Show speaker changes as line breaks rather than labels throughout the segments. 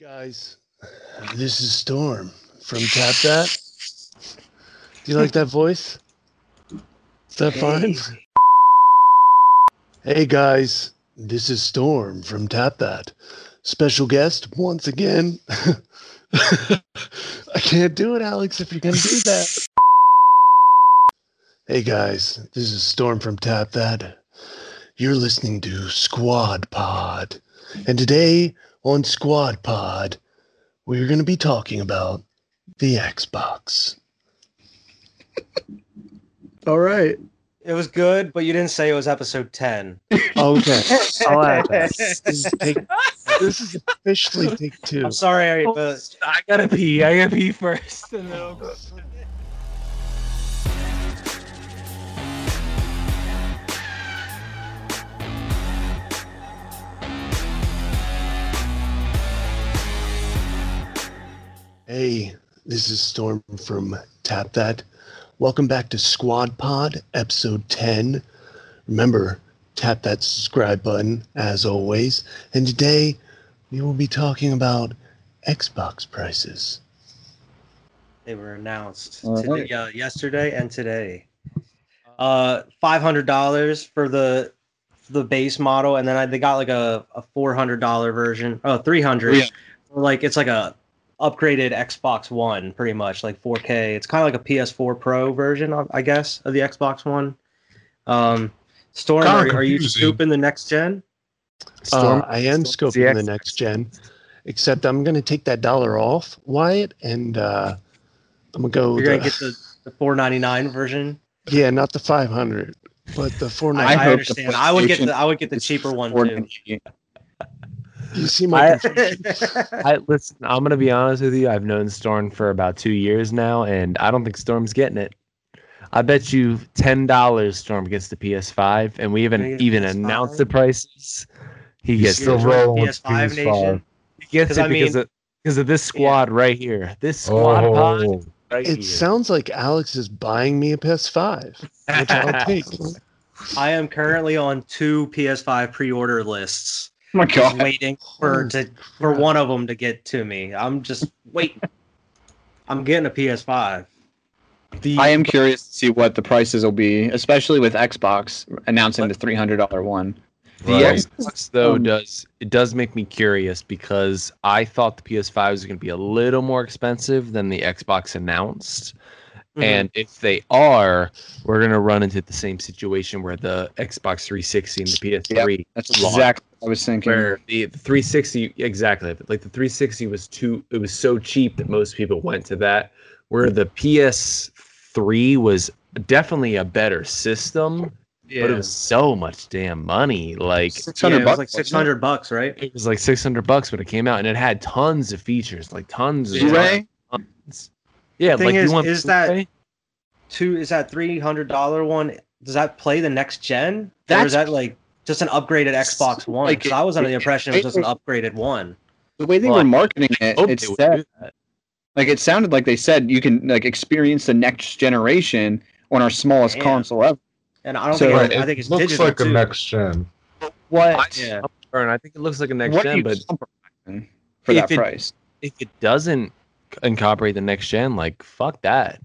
Guys, this is Storm from Tap That. Do you like that voice? Is that fine? Hey guys, this is Storm from Tap That. Special guest once again. I can't do it, Alex, if you're going to do that. Hey guys, this is Storm from Tap That. You're listening to Squad Pod. And today on Squad Pod, we're going to be talking about the Xbox.
All right.
It was good, but you didn't say it was episode 10.
Okay. I'll add that. This is, take, this is officially take two.
I'm sorry, but
I gotta pee. I gotta pee first. And then I'll go.
Hey, this is Storm from Tap That. Welcome back to Squad Pod, episode 10. Remember, tap that subscribe button as always. And today we will be talking about Xbox prices.
they were announced
All
today, uh, yesterday and today. Uh, $500 for the the base model, and then I, they got like a, a $400 version, oh, 300
Yeah.
for, like it's like a upgraded Xbox One, pretty much like 4K. It's kind of like a PS4 Pro version, of- I guess, of the Xbox One. Um, Storm,
Kinda
are, are you
confusing.
scooping the next gen?
Uh, I am
Storm is the
scoping the
Xbox.
next gen, except I'm going to take that dollar off, Wyatt, and uh, I'm going to go.
You're gonna
the-
get the, the 499 version.
yeah, not the 500, but the
I,
499.
I
hope the
understand. I would get
PlayStation
the I would get the cheaper one too.
You see my. confusion?
I listen. I'm gonna be honest with you. I've known Storm for about two years now, and I don't think Storm's getting it. I bet you ten dollars Storm gets the PS5, and we
Gonna get
haven't
the
even
PS5?
announced the prices. He gets
still
it.
wrong. rolling with
PS5 nation.
PS5.
He gets
'Cause
it
I
because
mean-
of because of this squad right here. This squad pod Oh,
It
right here.
sounds like Alex is buying me a PS5, which I'll take.
I am currently on two PS5 pre-order lists,
Oh my
just
god.
waiting for
Holy
to for
crap.
one of them to get to me. I'm just waiting. I'm getting a PS5. The
I am curious to see what the prices will be, especially with Xbox announcing the three hundred dollar one.
The
Right.
Xbox though
Um,
does it does make me curious because I thought the PS5 was going to be a little more expensive than the Xbox announced,
Mhm.
and if they are, we're going to run into the same situation where the Xbox 360 and the PS3
That's
launch,
exactly what I was thinking.
where the, the 360 exactly like the 360 was too it was so cheap that most people went to that where the PS3 was definitely a better system. But it was so much damn money. Like
Six
Mm-hmm. yeah,
hundred
it was
bucks.
like
wasn't it?
600 bucks, right?
it was like 600 bucks when it came out and it had tons of features like tons of
Blu-ray?
tons. yeah
Thing
like
is-
you want
is that-
Blu-ray?
Two is that $300 one? Does that play the next gen? or
That's-
is that like just an upgraded Xbox One?
like,
Because I was under the
it-
impression it was just an upgraded one.
The way they
Well,
were marketing it,
Hope
it
they would
said
do that.
like it sounded like they said you can like experience the next generation on our smallest
Damn.
console ever.
And I don't
So,
think
Right,
it's, I think it's
looks
digital
like
too.
a next gen.
I,
What?
Yeah.
and I think it looks like a next
what are
gen
you
but
compromising for
If
that
it-
price?
if it doesn't incorporate the next gen like fuck that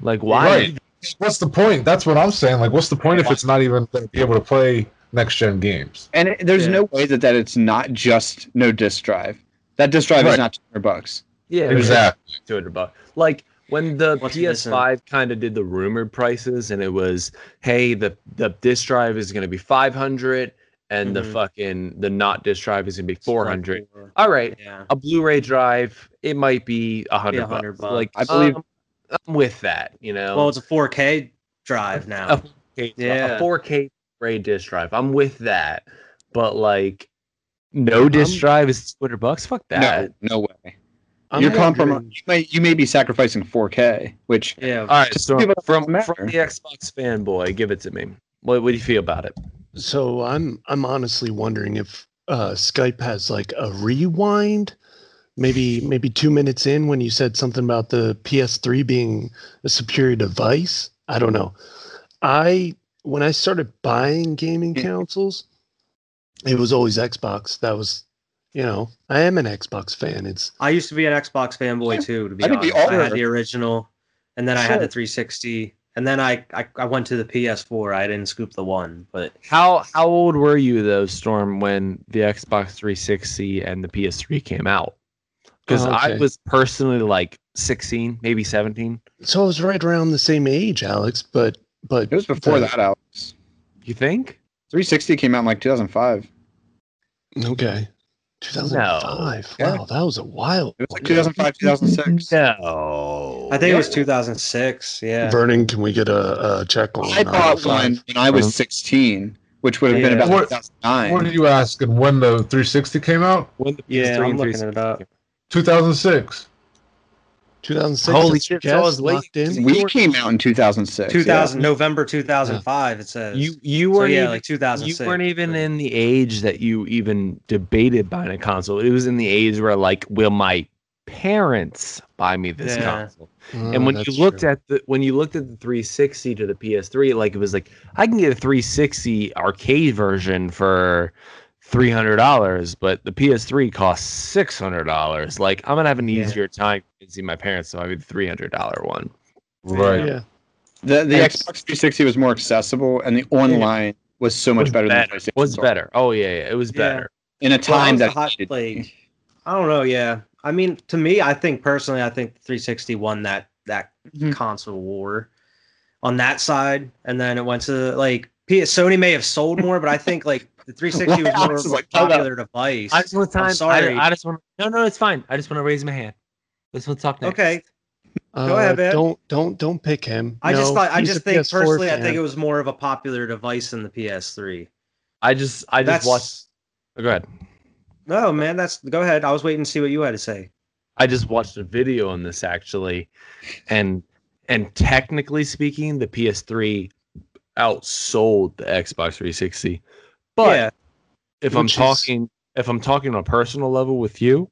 like why
Right. What's the point? That's what I'm saying. Like, what's the point if it's not even going to be able to play next gen games?
And it, there's
Yeah.
no way that that it's not just no disk drive. That disk drive is
Right.
not 200 bucks.
yeah it was
Exactly.
two hundred bucks. Like when the
What's
PS5 kind of did the rumored prices, and it was, hey, the the disk drive is going to be five hundred, and the
Mhm.
fucking the not disk drive is going to be four hundred.
Four.
All right,
Yeah.
a Blu-ray drive, it might be a hundred
100
bucks. Like
bucks. I believe-
um, I'm with that. You know,
Well, it's a 4K drive now.
Oh. a,
yeah.
a 4K Blu-ray disk drive. I'm with that, but like. No disk
I'm-
drive is two hundred bucks. Fuck that.
No, no way.
I'm
You're
wondering-
compromising. You may, you may be sacrificing 4K, which
Yeah.
All right,
Just
so
give it a
from, from
matter.
the Xbox fanboy, give it to me. What, what do you feel about it?
So I'm I'm honestly wondering if uh, Skype has like a rewind, maybe maybe two minutes in when you said something about the PS3 being a superior device. I don't know. I when I started buying gaming
Yeah.
consoles, it was always Xbox. That was you know, I am an Xbox fan. It's
I used to be an Xbox fanboy too, to be
I think
honest.
we all
I had
were.
the original, and then I had the
Sure.
360, and then I, I I went to the PS4. I didn't scoop the one, but
How how old were you though, Storm, when the Xbox 360 and the PS3 came out? Because
Oh,
I
okay.
was personally like 16, maybe 17.
so I was right around the same age, Alex. But but
It was before that, Alex.
You think?
360 came out in like 2005.
Okay. 2005.
No.
Wow, that was a while.
It was like 2005, 2006.
No.
I think it was 2006. Yeah,
Vernon, can we get a, a check on?
I
905?
bought one when I was 16, which would have been
Yeah.
about
What- What are
2009.
you asking? When the 360 came out?
When the PS3
yeah. I'm
and
looking
360
it up.
2006.
2006.
Holy
that's
shit,
guess,
so I was late.
locked in.
We came out in 2006.
2000 November 2005. It says
You you
So
weren't
yeah,
even,
like
you
2006.
weren't even in the age that you even debated buying a console. It was in the age where like, will my parents buy me this
Yeah.
console?
Oh,
and when you
that's
looked
true.
at the when you looked at the 360 to the PS3, like it was like I can get a 360 arcade version for three hundred dollars, but the PS3 costs six hundred dollars. Like I'm gonna have an
Yeah.
easier time convincing my parents to buy me the three hundred dollar one.
Right.
yeah,
The, the
Yes.
Xbox 360 was more accessible, and the online was so much
Was
better,
better.
than the PlayStation.
Was
store.
better. Oh yeah, yeah, it was
Yeah.
better.
in a
Well,
time
was the
that
hot
needed-
plate. I don't know. Yeah, I mean, to me, I think personally, I think 360 won that that
Mm-hmm.
Mhm.
console war on that side, and then it went to like P- Sony may have sold more, but I think like the 360 was
Alex
more
is
of a
like, "Hold up."
popular device.
I just want
I'm
time.
sorry.
I, I just want. No, no, it's fine. I just want to raise my hand. Let's want to talk next.
okay,
Uh,
Go ahead, man.
Don't don't don't pick him.
I just
No,
thought I
he's
just
a
think
PS4
personally, I
fan.
think it was more of a popular device than the PS3.
I just, I just
That's-
watched. oh, Go ahead.
No, man, that's go ahead. I was waiting to see what you had to say.
I just watched a video on this actually, and and technically speaking, the PS3 outsold the Xbox 360. But
yeah,
if I'm
Which is-
talking, if I'm talking on a personal level with you,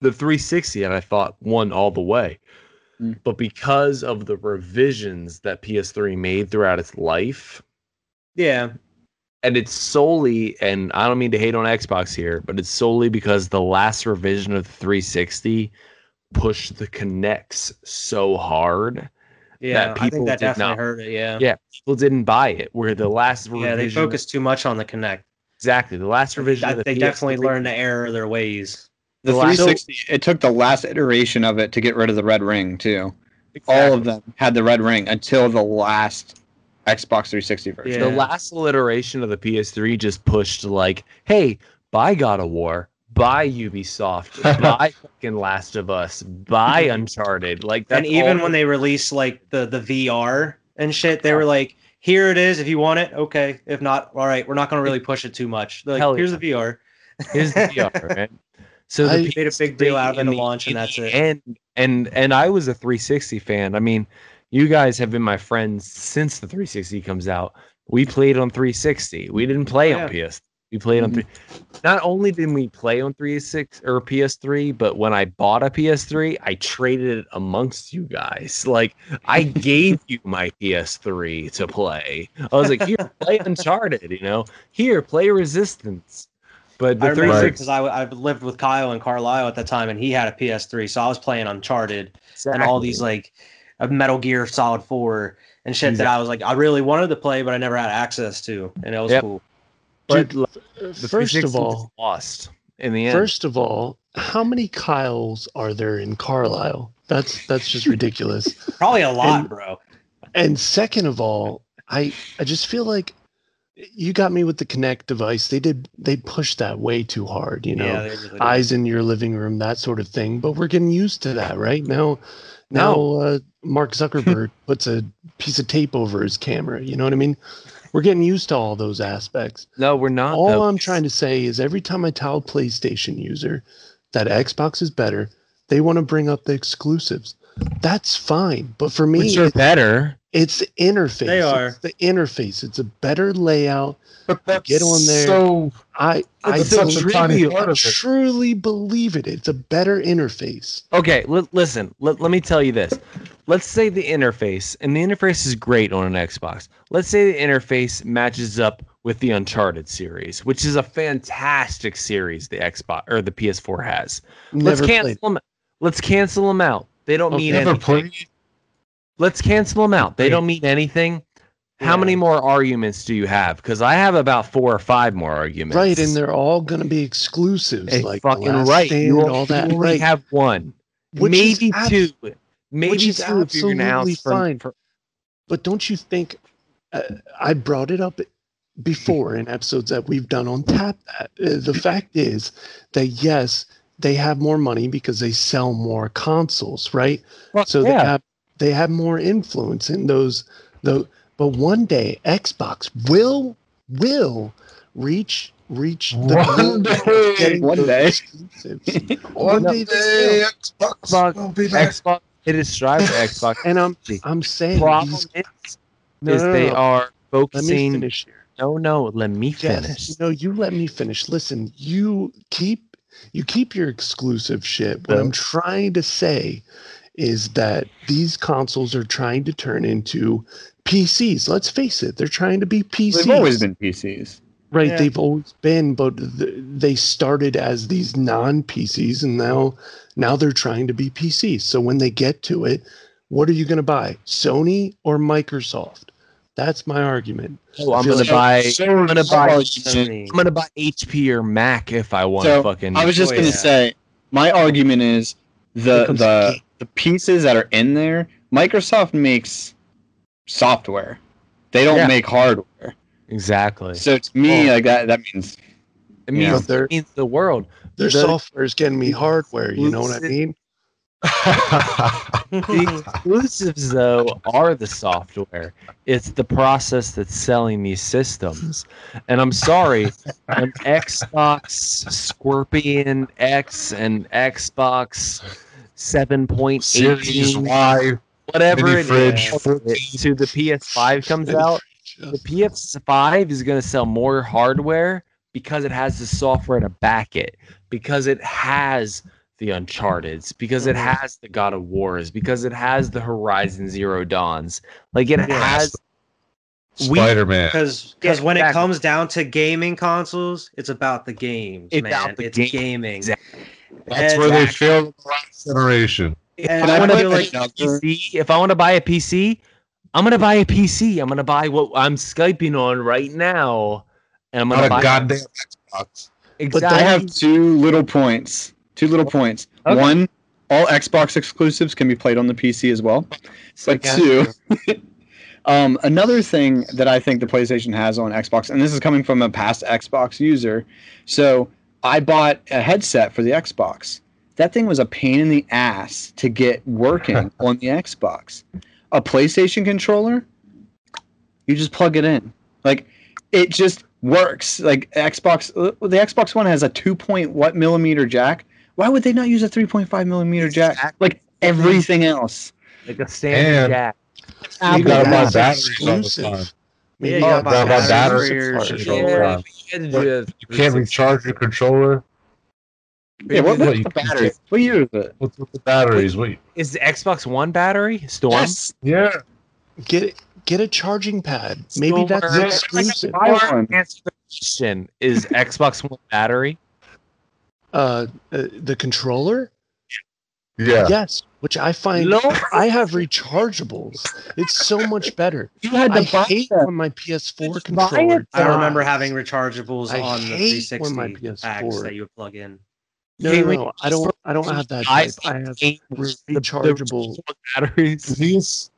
the 360 and I thought won all the way.
Mm.
But because of the revisions that PS3 made throughout its life,
yeah,
and it's solely and I don't mean to hate on Xbox here, but it's solely because the last revision of the 360 pushed the connects so hard.
yeah. I
people
think that
did
definitely
not-
hurt it. Yeah,
Yeah, People didn't buy it. Where the last revision,
yeah. They focused too much on the Connect.
exactly the last revision.
I-
of the
they definitely
PS3
learned the error of their ways.
the
The last-
360, it took the last iteration of it to get rid of the red ring too. All of
Exactly.
them had the red ring until the last Xbox 360 version.
Yeah.
The last iteration of the PS3 just pushed like, hey, buy God of War, buy Ubisoft, buy fucking Last of Us, buy Uncharted. Like that's
and even
all-
when they released like the the VR and shit, they were like, "Here it is. If you want it, okay. If not, all right. We're not gonna really push it too much. They're like,
Hell
here's
yeah.
the VR.
Here's the VR, man. So
I-
the
Made a big deal out of it
in
in the launch, and
in
that's
the
it.
end- And, and I was a 360 fan. I mean, you guys have been my friends since the 360 comes out. We played on 360. We didn't play on PS. We played on
Mhm.
three.
Mm-hmm.
Not only did we play on 360 or PS3, but when I bought a PS3, I traded it amongst you guys. Like I gave you my PS3 to play. I was like, here, play Uncharted. You know, here, play Resistance. But the
I remember
360
because I, I lived with Kyle and Carlisle at that time, and he had a PS3, so I was playing Uncharted and all these like uh, Metal Gear Solid Four and shit that I was like, I really wanted to play, but I never had access to, and it was
Yep.
cool.
Dude,
But like, the
first
360
of
was
all,
lost in the end.
first of all, how many Kyles are there in Carlisle? That's that's just ridiculous.
Probably a lot,
And-
bro.
And second of all, I I just feel like you got me with the Kinect device. They did they pushed that way too hard, you know.
yeah, they really do.
eyes in your living room, that sort of thing. But we're getting used to that, right? Now, now uh, Mark Zuckerberg puts a piece of tape over his camera. You know what I mean? We're getting used to all those aspects.
no, we're not.
All
though.
I'm trying to say is every time I tell a PlayStation user that Xbox is better, they want to bring up the exclusives. That's fine. But for me,
which are better.
it's the interface.
They are.
It's the interface. It's a better layout.
But that's
Get on there.
so.
I, I,
It's such a tiny
truly-
part of it.
truly believe it. It's a better interface.
Okay, li- listen. Let let me tell you this. Let's say the interface, and the interface is great on an Xbox. Let's say the interface matches up with the Uncharted series, which is a fantastic series the Xbox or the PS4 has.
Never
let's
played.
cancel them. Let's cancel them out. They don't mean
Never
anything.
played.
Let's cancel them out. They
Agreed.
don't mean anything. How
Yeah.
many more arguments do you have? Because I have about four or five more arguments.
Right, and they're all going to be exclusives.
Hey,
like The
fucking
Last
right.
Stand,
You only-
all that.
you only
Right.
have one,
Which is
maybe
abs-
two, maybe
which is
two. if you're gonna
absolutely
ask for-
fine.
for-
But don't you think uh, I brought it up before in episodes that we've done on tap? That uh, the fact is that yes, they have more money because they sell more consoles, right?
Fuck
So
yeah.
they have they have more influence in those. Though, but one day Xbox will will reach reach the
One
goal of
day.
getting
One
those
day.
exclusives.
One
No.
day, Xbox
Xbox-
will be back.
Xbox. It is strive for Xbox.
and I'm I'm saying
problem
these-
is,
No,
is
no, no,
they
no.
are
Let me
focusing.
finish here.
No, no, let me
Dennis,
finish.
no, you let me finish. Listen, you keep you keep your exclusive shit. What I'm trying to say is that these consoles are trying to turn into PCs. Let's face it, they're trying to be PCs.
They've always been PCs.
right.
Yeah.
They've always been, but th- they started as these non-PCs, and now now they're trying to be PCs. So when they get to it, what are you going to buy, Sony or Microsoft? That's my argument.
Oh, I'm
feel
gonna
like-
buy.
So
I'm gonna buy.
Sony.
I'm gonna buy HP or Mac if I want
So,
fucking.
I was just
Oh,
gonna
yeah.
say, my argument is the
Here comes the
the
game.
the pieces that are in there. Microsoft makes software; they don't
Yeah.
make hardware.
exactly.
So to me,
Well-
like that, that means
It
you
means,
know,
But they're-
it means the world.
Their
The-
software is getting me hardware. You know what I
Lucid-
mean?
The exclusives, though, are the software. It's the process that's selling these systems. And I'm sorry, an Xbox Scorpion X and Xbox 7.18,
Series Y.
whatever
mini
it
fridge,
is,
14.
to the PS5 comes out. The PS5 is going to sell more hardware because it has the software to back it, because it has the Uncharted's, because it
Mhm.
has the God of Wars, because it has the Horizon Zero Dawns. Like it
Yeah.
has. We-
Spider Man.
Because
Yeah,
when it
exactly.
comes down to gaming consoles, it's about the games,
It's
man.
about the
it's
game.
gaming.
Exactly.
That's where they failed in the last generation.
And
I
I
put
feel like
it down?
PC, if I want to buy a PC, I'm going to buy a PC. I'm going to buy what I'm Skyping on right now. And I'm going
Not
to
a
buy.
goddamn Xbox.
exactly.
I have two little points. Two little points.
Okay.
One, all Xbox exclusives can be played on the PC as well. But
Okay.
two, um, another thing that I think the PlayStation has on Xbox, and this is coming from a past Xbox user. So I bought a headset for the Xbox. That thing was a pain in the ass to get working on the Xbox. A PlayStation controller, you just plug it in. Like it just works. Like Xbox, the Xbox One has a two point what millimeter jack. Why would they not use a three point five millimeter jack? Like everything else.
like a standard
And-
jack.
You
Maybe
gotta buy
that's
batteries all the time.
Maybe
Yeah, you gotta
that's
buy
exclusive.
batteries
for your
Part.
controller.
Yeah,
Yeah.
you had to do a
You can't
360.
recharge your controller.
Yeah, what,
What,
what,
you
what
can't-
battery? What year is it?
What's with the batteries? Wait.
Is the Xbox One battery Storm?
Yeah.
Get get a charging pad. Maybe
Storm.
that's
Yeah.
exclusive.
Buy one.
Answer the question. Is Xbox One battery?
Uh, uh, the controller,
Yeah.
yes, which I find I have rechargeables. It's so much better.
You had
I
to buy
hate
that.
when my PS4
Just buy it.
controller.
I remember
dies.
having rechargeables
I
on the
hate when my
360 packs
PS4
that you would plug in.
No, no, no, I don't. I don't have that
I
type. I have
hate
rechargeable.
batteries.
These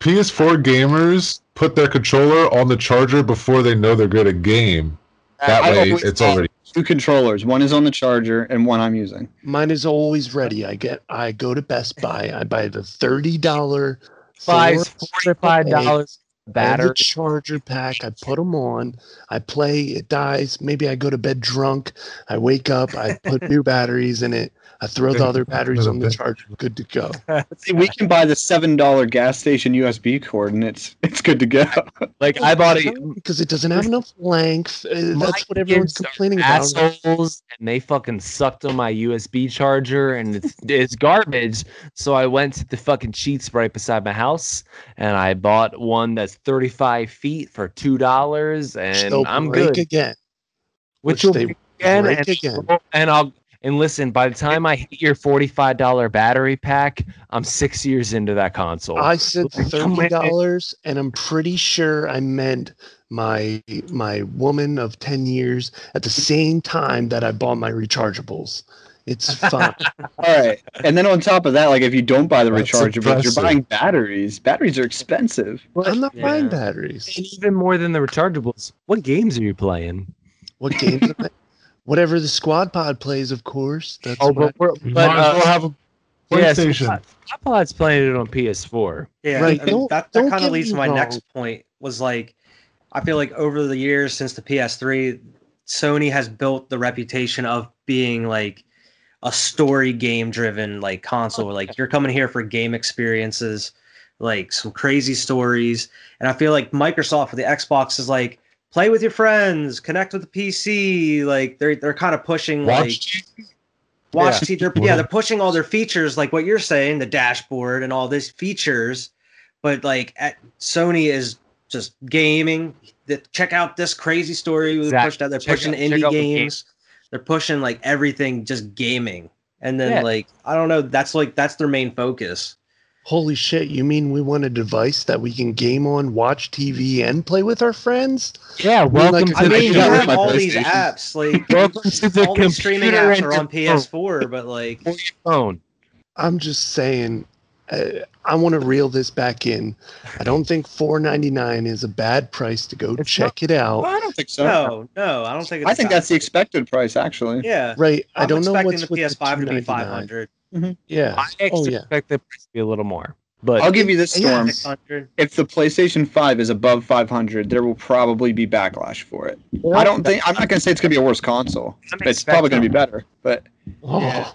PS4 gamers put their controller on the charger before they know they're good at game.
Uh,
That
I
way,
always
it's
have
already.
two controllers. One is on the charger, and one I'm using.
Mine is always ready. I get. I go to Best Buy. I buy the thirty dollar
Buys forty-five dollars
battery
battery.
charger pack. I put them on. I play. It dies. Maybe I go to bed drunk. I wake up. I put new batteries in it. I throw the other batteries on the
Little bit.
charger. Good to go.
See, we can buy the seven dollar gas station USB cord, and it's it's good to go.
Like I bought a
because it doesn't have enough length. Uh, that's what
My
everyone's
kids are
complaining about.
Assholes, and they fucking sucked on my USB charger, and it's it's garbage. So I went to the fucking cheats right beside my house, and I bought one that's 35 feet for two dollars, and
They'll
I'm
break
good.
again.
Which
Which
will
they
break again,
break
and,
again.
and I'll and listen. By the time I hit your 45 dollar battery pack, I'm six years into that console.
I said
Like, come
thirty
on.
dollars, and I'm pretty sure I meant my my woman of ten years at the same time that I bought my rechargeables. It's fun.
All right, and then on top of that, like if you don't buy the
That's
rechargeables, you're
impressive.
buying batteries. Batteries are expensive.
I'm not buying
Yeah.
batteries.
and even more than the rechargeables, what games are you playing?
What games? am I- Whatever the squad pod plays, of course. That's
Oh,
what
but we're
You
but,
might as well
uh,
have a
yes,
PlayStation.
iPod's playing it on PS4.
Yeah,
Right,
I mean,
don't-
that,
don't
that kind
get
of leads
me
to my
wrong.
next point was like, I feel like over the years since the PS3, Sony has built the reputation of being like a story game driven like console. Like you're coming here for game experiences, like some crazy stories. And I feel like Microsoft with the Xbox is like play with your friends, connect with the PC. Like they're they're kind of pushing like
Watch
Watch yeah. they're, yeah,
Wow.
they're pushing all their features like what you're saying, the dashboard and all these features, but like at Sony is just gaming. The, check out this crazy story we
Exact-
pushed out. They're
check
pushing
out- check
indie
out the game.
games. They're pushing like everything, just gaming. And then
Yeah.
like I don't know, that's like that's their main focus.
Holy shit, you mean we want a device that we can game on, watch TV, and play with our friends?
Yeah,
like,
welcome
I
to
I
the
mean,
should
you
got rid
have
of my
all these
PlayStation.
apps, like
welcome to the
all
computer
these streaming apps
and
are on
the
PS4, but like
phone.
I'm just saying, uh, I want to reel this back in. I don't think 4.99 is a bad price to go
It's
check it out.
I don't think so.
no, no, I don't think it's
I think
that-
that's the expected price, actually.
yeah.
Right? I
I'm
don't know
expecting
what's
the
with
PS5 to be
500.
500.
Yeah.
I actually
Oh yeah.
expect the price to be a little more, but
I'll give you this
Yeah.
storm. If the PlayStation 5 is above 500, there will probably be backlash for it. I don't think I'm not going to say it's going to be a worse console.
I'm
It's probably going to
expecting-
be better, but
Oh.
Yeah.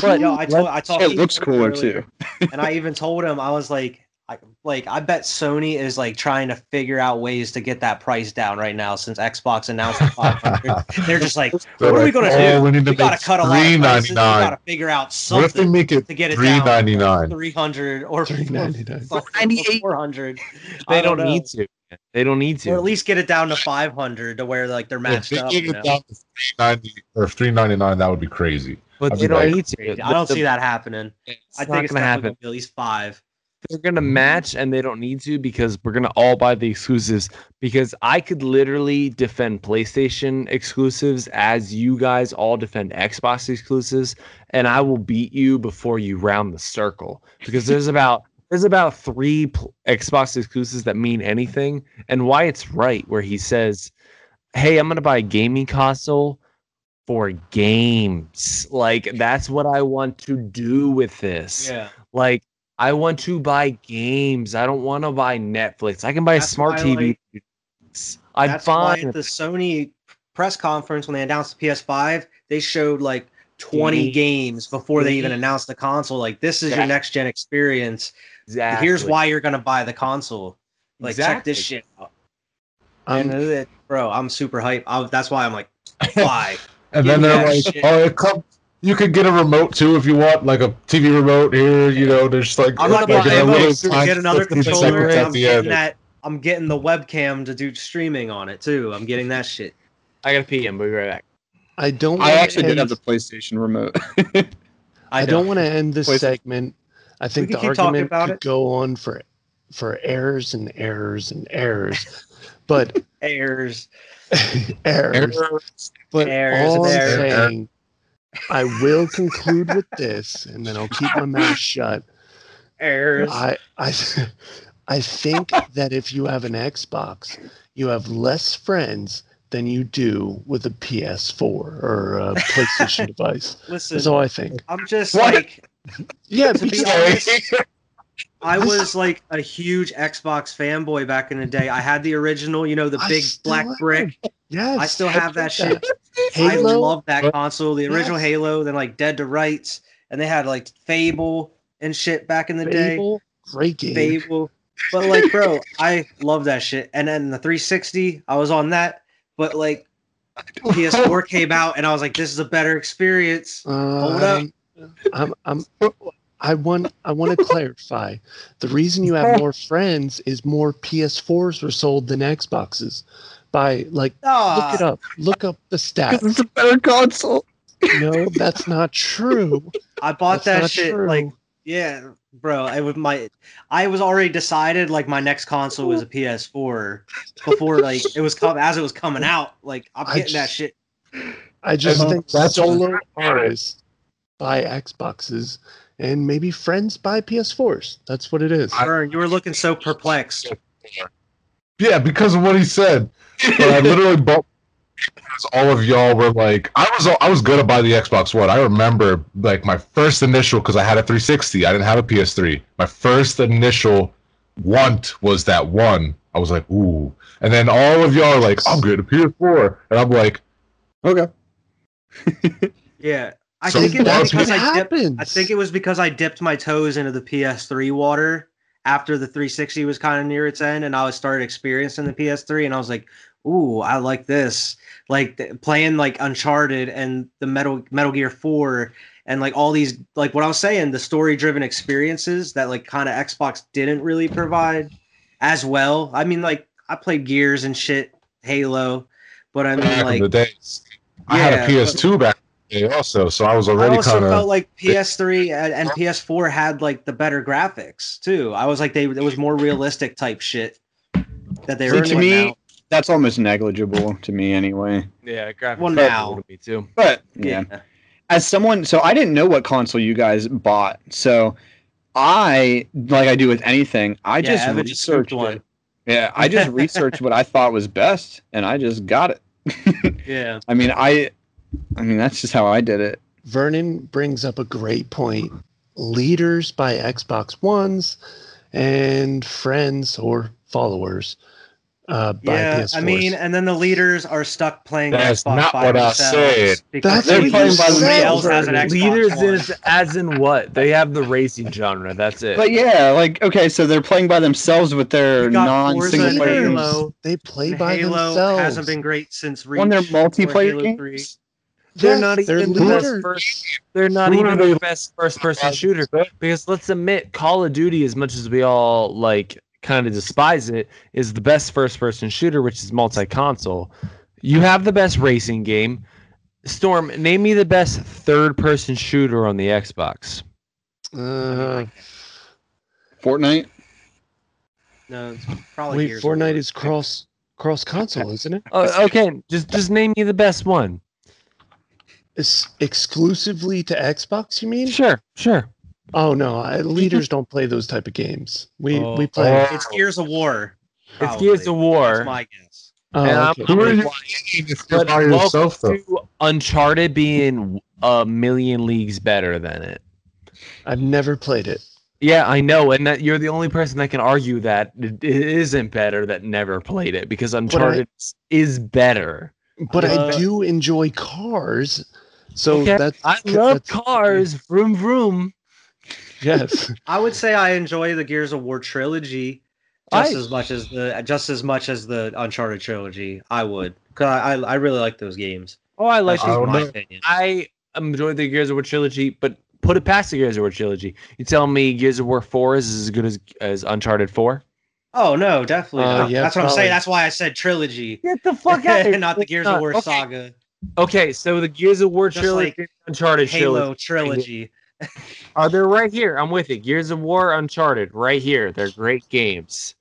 But
Yo, I told, I told
it looks cooler too.
and I even told him I was like, I, like I bet Sony is like trying to figure out ways to get that price down right now since Xbox announced the 500. They're just like,
They're
what are we
like,
gonna
oh,
do?
We need to
we
make
gotta cut a lot of prices. We
3.99.
gotta figure out
What if they
something
make it
to get it
three
down
ninety nine?
300 or
399.
98.
400.
they
I
don't,
know.
need to. They don't need to.
Or at least get it down to 500 to where like they're matched up. you know?
three ninety or three ninety nine, that would be crazy.
but
I'd
they
be
don't
like-
need to.
I don't see that happening.
It's
I
not
think it's
gonna happen.
definitely Gonna be at least five.
they're gonna match and they don't need to because we're gonna all buy the exclusives because i could literally defend playstation exclusives as you guys all defend xbox exclusives and i will beat you before you round the circle because there's about there's about three pl- xbox exclusives that mean anything and why it's right where he says hey i'm gonna buy a gaming console for games like that's what i want to do with this
Yeah.
like I want to buy games. I don't want to buy Netflix. I can buy a
That's
smart
why,
TV. I'm
That's why
fine.
at the Sony press conference when they announced the PS5, they showed like 20
Games.
games before they even
Games.
announced the console. Like this is
Yeah.
your next gen experience.
Exactly.
Here's why you're gonna buy the console. Like check this
Exactly.
shit out.
Um,
and uh, it, bro, I'm super hyped. I, that's why I'm like, why?
And
Yeah,
then they're
yeah,
like,
shit.
oh, it come. You could get a remote too if you want, like a TV remote here. You know, there's like
I'm not
like
gonna
buying
a
a
little
remote.
time
get another
15 seconds
controller.
at
And I'm
the
getting
end.
that. I'm getting the webcam to do streaming on it too. I'm getting that shit.
I gotta pee and we'll be right back.
I don't.
I
wanna
actually did
end-
have the PlayStation remote.
I don't want to end this
Wait.
segment. I think
can
the
keep talking
argument
about
could
it.
go on for for errors and errors and errors, but
Airs.
errors. But
Errors
all I'm
there.
saying, I will conclude with this, and then I'll keep my mouth shut.
Airs.
I I I think that if you have an Xbox, you have less friends than you do with a PS4 or a PlayStation device. That's
Listen,
all I think.
I'm just
What?
like
Yeah,
To be
because-
honest, I
This-
was like a huge Xbox fanboy back in the day. I had the original, you know, the
I
big
still
black
am.
brick.
yes,
I still have that
get
shit. I
Halo?
love that
What?
console. The original
Yes.
Halo, then like Dead to Rights, and they had like Fable and shit back in the day.
Fable? Great game.
Fable. But like, bro, I love that shit. And then the 360, I was on that. But like, PS4 came out, and I was like, this is a better experience. Hold up.
Um, I'm, I'm, I want, I want to clarify. The reason you have more friends is more PS4s were sold than Xboxes. By like, look it
Ah,
up. Look up the stats.
a better console.
No, that's not true.
I
That's
bought that
not
shit.
true.
Like, yeah, bro. I was my, I was already decided. Like, my next console was a PS4 before like it was come as it was coming out. Like, I'm
I
getting that
just-
shit.
I just
And
think
that's-
solo artists buy Xboxes and maybe friends buy PS4s. That's what it is.
Vern, you were looking so perplexed.
Yeah, because of what he said. But I literally bought because all of y'all were like, I was I was gonna buy the Xbox One. I remember like my first initial because I had a 360. I didn't have a PS3. My first initial want was that one. I was like, ooh. And then all of y'all are like, I'm good a PS4, and I'm like,
Okay.
Yeah, I
So
think it
that's
That's
was because
what
I dipped.
happens.
I think it was because I dipped my toes into the PS3 water after the 360 was kind of near its end, and I was started experiencing the PS3, and I was like, "Ooh, I like this!" Like th- playing like Uncharted and the Metal Metal Gear 4, and like all these like what I was saying, the story driven experiences that like kind of Xbox didn't really provide as well. I mean, like I played Gears and shit, Halo, but I mean
back in the
like.
day. I had
yeah,
a
but-
PS2 back in the day also, so I was
I
already
also
kind
felt
of.
like PS3 and, and PS4 had like the better graphics too. I was like, they it was more realistic type shit that they
See,
were
to
doing
me-
now.
That's almost negligible to me anyway.
Yeah, graphics.
Well,
are
now.
cool to Me too.
But yeah. as someone so i didn't know what console you guys bought so i like i do with anything i
Yeah,
just
Evan just scooped
researched one yeah i just researched what i thought was best and i just got it
Yeah,
i mean i i mean that's just how i did it
Vernon brings up a great point. Leaders by Xbox Ones and friends or followers uh, by
yeah.
PS4s.
I mean, and then the leaders are stuck playing
That's
Xbox
not
by
what I
themselves
said.
because
That's what
they-
you
somebody
said,
else has an Xbox
Leaders
One.
is as in what? They have the racing genre. That's it.
but yeah like okay so they're playing by themselves with their
You got
non-single
Forza and
player
Halo.
games
they play
And
by
Halo
themselves.
hasn't been great since Reach
on their
or
multiplayer
Halo
games
3.
they're
Yes,
not
they're
even the
leaders.
best first. They're not
Who
even
are
the
they-
best first-person shooter. Because let's admit, Call of Duty, as much as we all like kind of despise it, is the best first person shooter, which is multi console. You have the best racing game. Storm, name me the best third person shooter on the Xbox.
Uh,
fortnite
No, it's probably
wait,
Gears of
Fortnite
War.
is cross cross console, isn't it?
Uh, okay, just just name me the best one.
It's exclusively to Xbox. You mean?
Sure, sure.
Oh no, I, leaders don't play those type of games. We we play.
Oh.
It's Gears of War.
It's Gears of
probably.
War.
That's my guess.
Oh,
and I'm-
okay.
Who are you
But
if you're by
welcome
yourself though?
to Uncharted being a million leagues better than it.
I've never played it.
Yeah, I know, and that you're the only person that can argue that it it isn't better that never played it because Uncharted is better.
but
Uh,
I do enjoy cars. So
Okay,
that's
I love
that's-
cars, vroom vroom.
Yes,
I would say I enjoy the Gears of War trilogy just
I-
as much as the just as much as the Uncharted trilogy. I would, cause I I, I really like those games.
Oh, I like.
That's just
don't
my
know.
opinion.
I enjoyed the Gears of War trilogy, but put it past the Gears of War trilogy. You tell me Gears of War Four is as good as as Uncharted Four?
Oh no, definitely.
Uh,
not.
yeah,
That's what I'm
probably.
saying. That's why I said trilogy,
Get the
not the Gears of War
okay.
saga.
Okay, so the Gears of War
Just
trilogy,
like
Uncharted trilogy.
Halo trilogy.
Are they Oh, right here? I'm with you. Gears of War, Uncharted, right here. They're great games.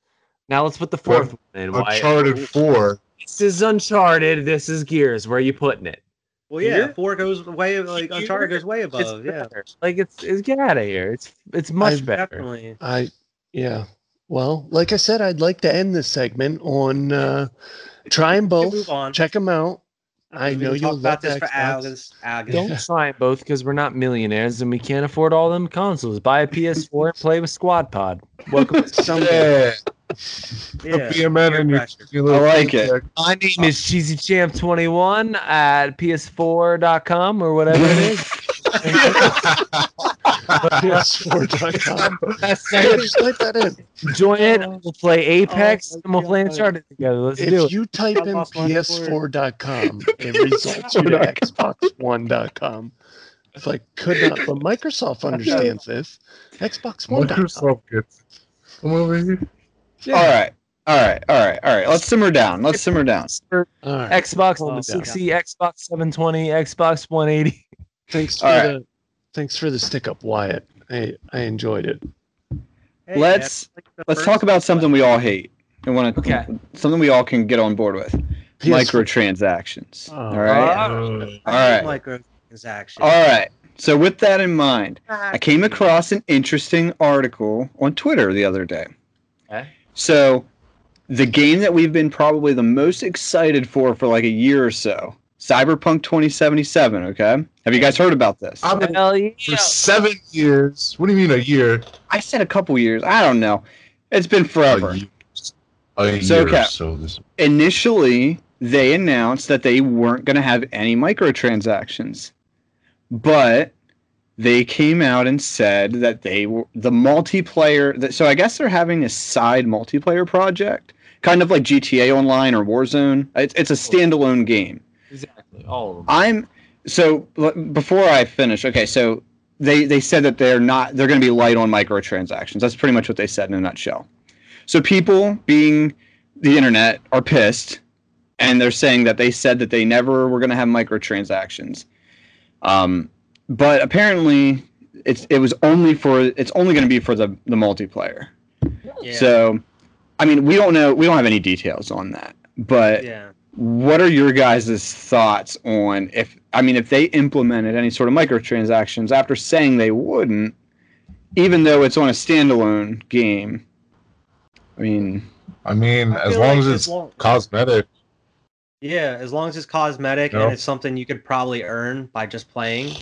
Now let's put the fourth one in. Wyatt.
Uncharted Four.
This is Uncharted. This is Gears. Where are you putting it?
Well, yeah,
Here?
four goes way like Uncharted goes way above.
it's
Yeah,
better. Like it's, it's get out of here. It's it's much
I've
better.
definitely.
I yeah. Well, like I said, I'd like to end this segment on uh, try 'em
We can
both.
Move on.
Check them out. I
We can
know
talk
you'll
about
love
this for
Xbox.
hours. hours.
Don't-
Don't sign both because we're not millionaires and we can't afford all them consoles. Buy a PS4 and play with Squad Pod. Welcome.
Someday,
Yeah.
Yeah.
BMN and your,
pressure.
your little
I like it.
paycheck.
My name is Cheesy Champ 21 at ps4.com or whatever it is.
PS4.com. Hey, just type that in.
Join it. We'll play Apex
Oh,
and we'll play
God.
Uncharted together. Let's do
If
it.
you type in
I lost my
PS4.com, it results you to Xbox One.com. It's like, could not, but Microsoft understands this. Xbox One.
Microsoft gets. Come over here.
All right. All right. All right. All right. Let's simmer down. Let's simmer down.
All right.
Xbox
Oh,
160, Xbox 720, Xbox 180.
Thanks for
All right.
the thanks for the stick up, Wyatt. I I enjoyed it.
Hey,
Let's
man, like the
let's
first
talk about something we all hate and want to
Okay.
something we all can get on board with. Microtransactions.
Oh.
All right.
one, I
all
microtransaction.
All right. So with that in mind,
Ah,
I came across an interesting article on Twitter the other day.
Okay.
So the game that we've been probably the most excited for for like a year or so, Cyberpunk 2077, okay? Have you guys heard about this?
I've been
Hell yeah.
for seven years. What do you mean a year?
I said a couple years. I don't know. It's been forever.
A year, a year
So, okay.
or so. This
initially they announced that they weren't going to have any microtransactions but they came out and said that they were the multiplayer that, so i guess they're having a side multiplayer project kind of like gta online or warzone it's, it's a standalone game
Exactly. All of them.
i'm so l- before i finish okay so they they said that they're not they're going to be light on microtransactions that's pretty much what they said in a nutshell so people being the internet are pissed and they're saying that they said that they never were going to have microtransactions um, but apparently it's it was only for it's only going to be for the the multiplayer
yeah,
so i mean we don't know we don't have any details on that but
yeah.
what are your guys' thoughts on if I mean if they implemented any sort of microtransactions after saying they wouldn't, even though it's on a standalone game? I mean,
I mean,
I
as
feel
long
like
as
as
it's
long-
cosmetic,
Yeah, as long as it's cosmetic
No.
and it's something you could probably earn by just playing.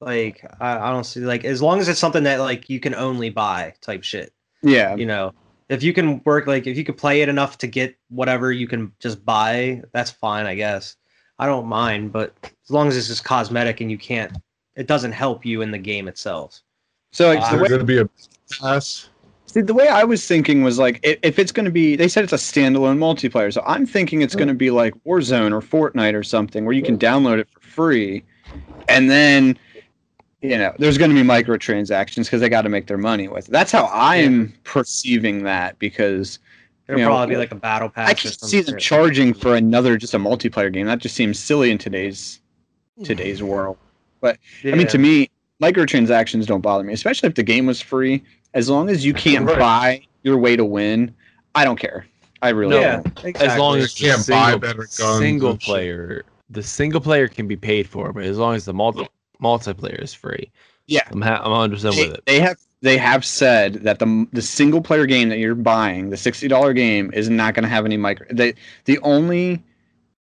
Like I, I don't see like as long as it's something that like you can only buy type shit.
yeah,
You know, if you can work like if you could play it enough to get whatever you can just buy, that's fine, I guess. I don't mind, but as long as it's just cosmetic and you can't, it doesn't help you in the game itself.
so like,
it's
the way,
going to be a pass.
see, the way I was thinking was like if, if it's going to be, they said it's a standalone multiplayer, so I'm thinking it's going to be like Warzone or Fortnite or something where you can download it for free, and then you know there's going to be microtransactions because they got to make their money with. It. That's how I am perceiving that because.
It'll
Yeah,
probably be
well,
like a battle pass.
I
or
can
some
see them
shit.
charging for another just a multiplayer game. That just seems silly in today's today's world. I mean, to
Yeah.
me, microtransactions don't bother me, especially if the game was free. As long as you can't
Right.
buy your way to win, I don't care. I really
No.
don't.
exactly.
As long as the
Can't
single,
buy better guns
single
and shit.
player, the single player can be paid for, but as long as the multi multiplayer is free,
Yeah.
I'm ha- I'm 100 percent with
They,
it.
they have they have said that the the single player game that you're buying, the sixty dollar game, is not going to have any micro. They, the only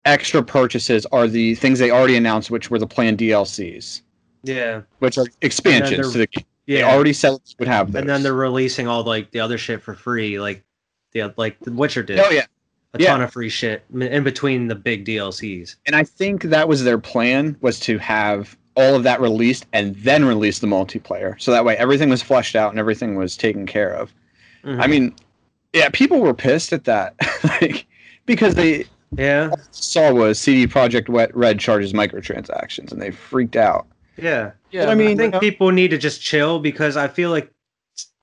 extra purchases are the things they already announced, which were the planned DLCs,
yeah,
which are expansions
they're-
to the game. They
yeah.
already said it would have those.
and then they're releasing all like the other shit for free, like the like the Witcher did.
oh yeah,
a
yeah.
ton of free shit m- in between the big DLCs.
and I think that was their plan was to have all of that released and then release the multiplayer, so that way everything was fleshed out and everything was taken care of.
Mm-hmm.
I mean, yeah, people were pissed at that, like because they
yeah,
saw was CD Project Red charges microtransactions and they freaked out.
yeah.
But I
I
mean, uh,
think people need to just chill because I feel like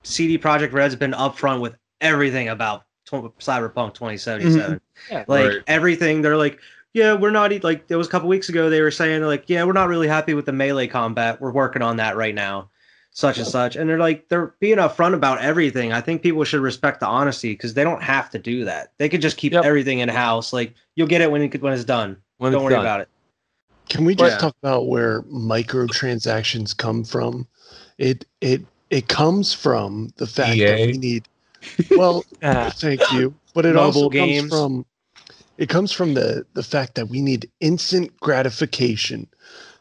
CD Project Red's been upfront with everything about tw- Cyberpunk 2077.
Mm-hmm.
Yeah.
like
Right.
everything, they're like, yeah, we're not e- like it was a couple weeks ago. They were saying like, yeah, we're not really happy with the melee combat. We're working on that right now, such and such. And they're like, they're being upfront about everything. I think people should respect the honesty because they don't have to do that. They could just keep
Yep.
everything in house. Like you'll get it when it, when it's done.
When
don't
it's
worry
done.
about it.
Can we just
Yeah.
talk about where microtransactions come from? It it it comes from the fact that
EA?
we need. Well,
Ah,
thank you, but it
Mobile
also comes
games.
from. It comes from the the fact that we need instant gratification.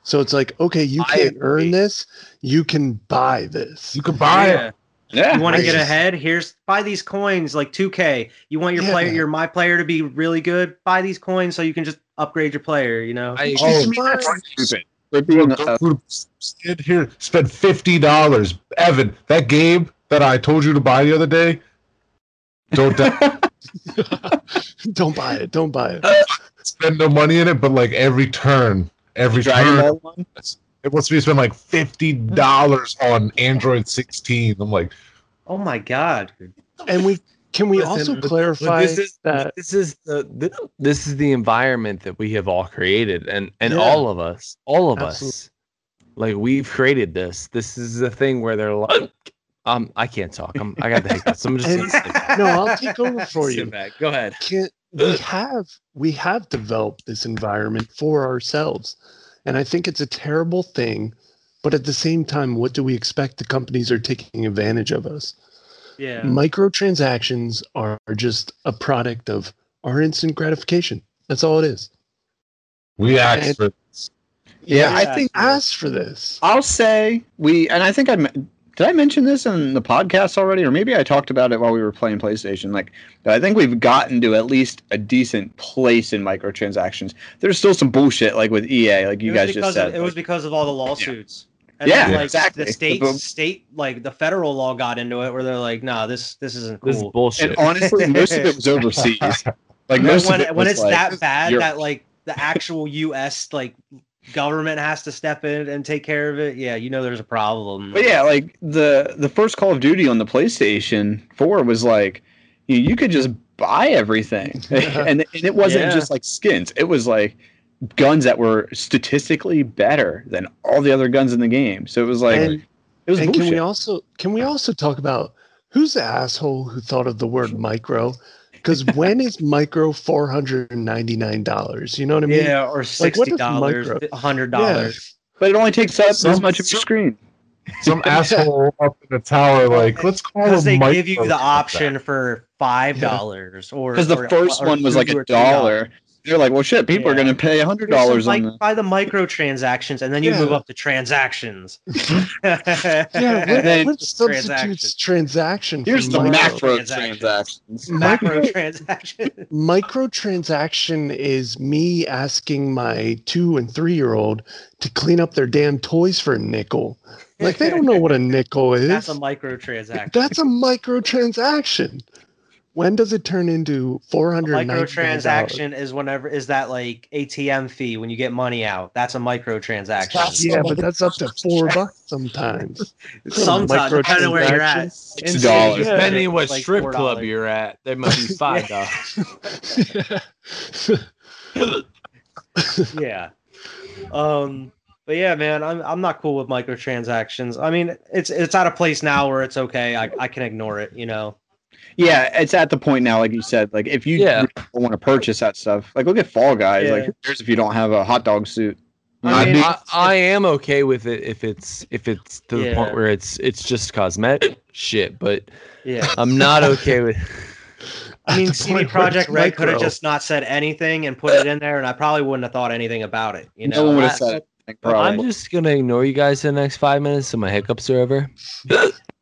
So it's like, okay, you
I
can't earn
agree.
this, you can buy this.
You can buy it.
Yeah.
You want to get
Gracious.
ahead? Here's buy these coins like 2K. You want your
Yeah.
player, your my player to be really good. Buy these coins so you can just upgrade your player. You know,
I,
Oh,
Jesus, man.
Stupid. We're being, uh,
Sid here spent fifty dollars. Evan, that game that I told you to buy the other day. Don't da-
don't buy it. Don't buy it.
spend no money in it, but like every turn, every
Dragon
turn,
Ball one.
it wants me to spend like fifty dollars on Android sixteen. I'm like,
oh my god,
And we can we
Listen,
also
but-
clarify
this is
that
this is the, the this is the environment that we have all created, and and
Yeah.
all of us, all of us,
Absolutely.
like we've created this. This is the thing where they're like, um, I can't talk. I'm, I got the hiccups. I'm just
And-
gonna sit back.
no, I'll take over for
Sit
you.
back. Go ahead.
can we have we have developed this environment for ourselves and i think it's a terrible thing but at the same time what do we expect the companies are taking advantage of us
yeah.
microtransactions are just a product of our instant gratification that's all it is
we asked for
Yeah, I
Yeah.
think
ask for this
I'll say we, and I think I me- did I mention this in the podcast already, or maybe I talked about it while we were playing PlayStation. Like, I think we've gotten to at least a decent place in microtransactions. There's still some bullshit, like with EA, like
It
you
was
guys just
because
said.
of- it was because of all the lawsuits.
Yeah,
then, like,
exactly.
The state,
The-
state, like the federal law got into it where they're like, nah, this this isn't
This is
cool.
bullshit.
and honestly, most of it was overseas. Like
And
most
when
of it
when
was
it's
like,
that bad
Europe.
that like the actual U.S. like government has to step in and take care of it, yeah, you know there's a problem.
But yeah, like the the first Call of Duty on the PlayStation 4 was like you, you could just buy everything. and, and it wasn't
Yeah.
just like skins. It was like guns that were statistically better than all the other guns in the game. So it was like
and,
it was
and
bullshit.
can we also can we also talk about who's the asshole who thought of the word micro because when is micro $499 you know what i mean
yeah, or
Like, what
sixty
does
dollars,
micro-
hundred dollars.
but it only takes up as
Some-
much of your
some-
screen.
some asshole up in the tower. Like, let's call
Because
him.
they
Mike
give you
or
the
something
option for five dollars, or
'Cause the
or-
first
or
one was
two
like a
or three
dollar.
dollars.
They're like, well, shit, people are
Yeah.
going to pay a hundred
Here's some
dollars on
mic-
the
buy the microtransactions, and then you
Yeah.
move up to transactions.
Yeah, what,
And then
what substitutes
transactions.
transaction?
Here's
for
the
micro-
macro
Transactions.
transactions.
Micro-
Macrotransaction.
microtransaction is me asking my two and three year old to clean up their damn toys for a nickel. Like they don't know what a nickel is.
That's a microtransaction.
That's a microtransaction. When does it turn into four
A
hundred microtransaction?
microtransaction is whenever is that like ATM fee when you get money out. That's a microtransaction.
That's-
Yeah, but that's up to four bucks sometimes. It's not a
Sometimes depending on where you're at.
It's a dollar.
Yeah.
Depending what
Like
strip
$4.
club you're at, there might be five dollars.
yeah. Um, but yeah, man, I'm I'm not cool with microtransactions. I mean, it's it's at a place now where it's okay. I, I can ignore it, you know.
Yeah, it's at the point now, like you said, like if you
Yeah.
want to purchase that stuff, like look at Fall Guys.
Yeah.
Like who cares if you don't have a hot dog suit?
I,
I
mean,
think-
I, I am okay with it if it's if it's to the
Yeah.
point where it's it's just cosmetic shit, but
Yeah.
I'm not okay with
I mean, CD Project Red could have
just.
just not said anything and put it in there, and I probably wouldn't have thought anything about it. You
no
know,
one would
I-
have said it. Like,
I'm
probably.
just gonna ignore you guys the next five minutes and my hiccups are over.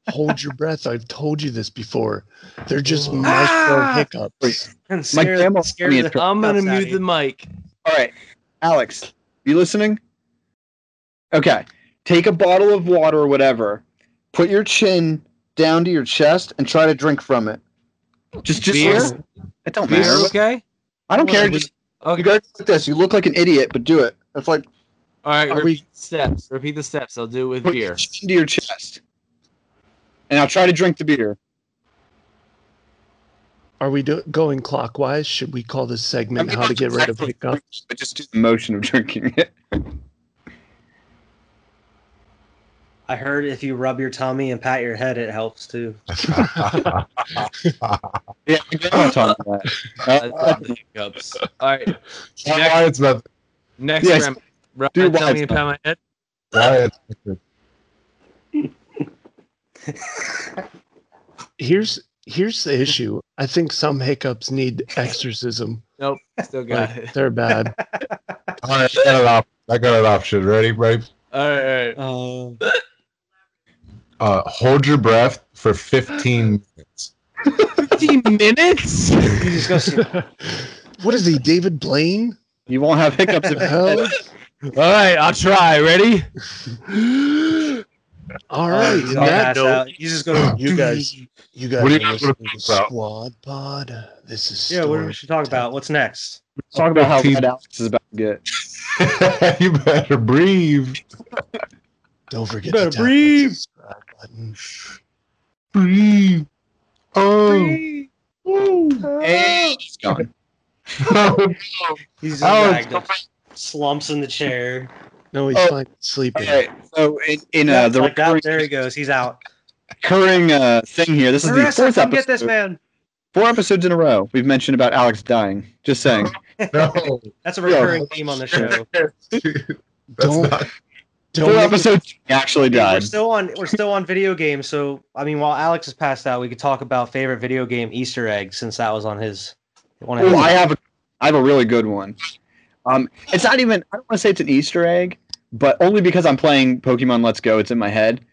hold your breath. I've told you this before. They're just
Oh.
micro
Ah!
hiccups.
And scare-
grandma
scare
told me
the
it's-
crap
I'm
out
gonna
of
mute
you.
the mic.
All right, Alex, you listening? Okay, take a bottle of water or whatever, put your chin down to your chest, and try to drink from it. Just, just
Beer?
listen. It don't
Beer,
matter.
okay?
I don't care.
Like,
Just you
Okay.
go like this. You look like an idiot, but do it. It's like
All right,
Are
repeat
we-
the steps. Repeat the steps. I'll do it with
put
beer.
your chin to your chest, and I'll try to drink the beer.
Are we do- going clockwise? Should we call this
I
segment
mean,
"How to
not
Get Rid of
exactly
Hiccups"?
drinks, But just do the motion of drinking it.
I heard if you rub your tummy and pat your head, it helps too.
Like
Yeah, we don't want to talk about
I
that. Uh,
love the hiccups. All right,
that. Why it's not
next
Yes.
round. Rob,
Do
tell
wise
me to pat my head.
why it's
Here's here's the issue. I think some hiccups need exorcism.
Nope, still got it.
They're bad.
All
Uh,
right, I got an option. I got an option. Ready? Ready?
All right, all right.
Oh,
uh, hold your breath for 15 minutes.
50 minutes?
What is he, David Blaine?
You won't have hiccups. If
Hell?
All right, I'll try. Ready?
All right,
His
and
own
that
ass out. You just go.
Uh, You guys- you guys
What do
are
you guys
listening
wanna
to
talk
the
about?
Squad Pod. This is
Yeah, what do
Storm.
we should talk about? What's next?
talk about how
15
red Alex is about to get.
you better breathe.
Don't forget
Better
to tap
breathe.
that subscribe button.
Breathe. Oh.
Hey, he's gone.
He's just
Oh,
dragged up, slumps in the chair.
No, he's
Oh.
fine. He's Sleeping.
Okay, so in, in uh, the
Like that,
recurring,
there he goes. He's out.
recurring uh, thing here, this is the
Marissa,
fourth
come get this
episode.
man.
Four episodes in a row, we've mentioned about Alex dying. Just saying.
no.
That's a
Yeah.
recurring theme on the show.
That's
Don't-
not
Four
make it-
episodes, he actually
Dude, we're
died.
still on we're still on video games, so I mean, while Alex is passed out, we could talk about favorite video game Easter eggs since that was on his. One of
Ooh,
his
I have a, I have a really good one. Um, it's not even. I don't want to say it's an Easter egg, but only because I'm playing Pokemon Let's Go, it's in my head.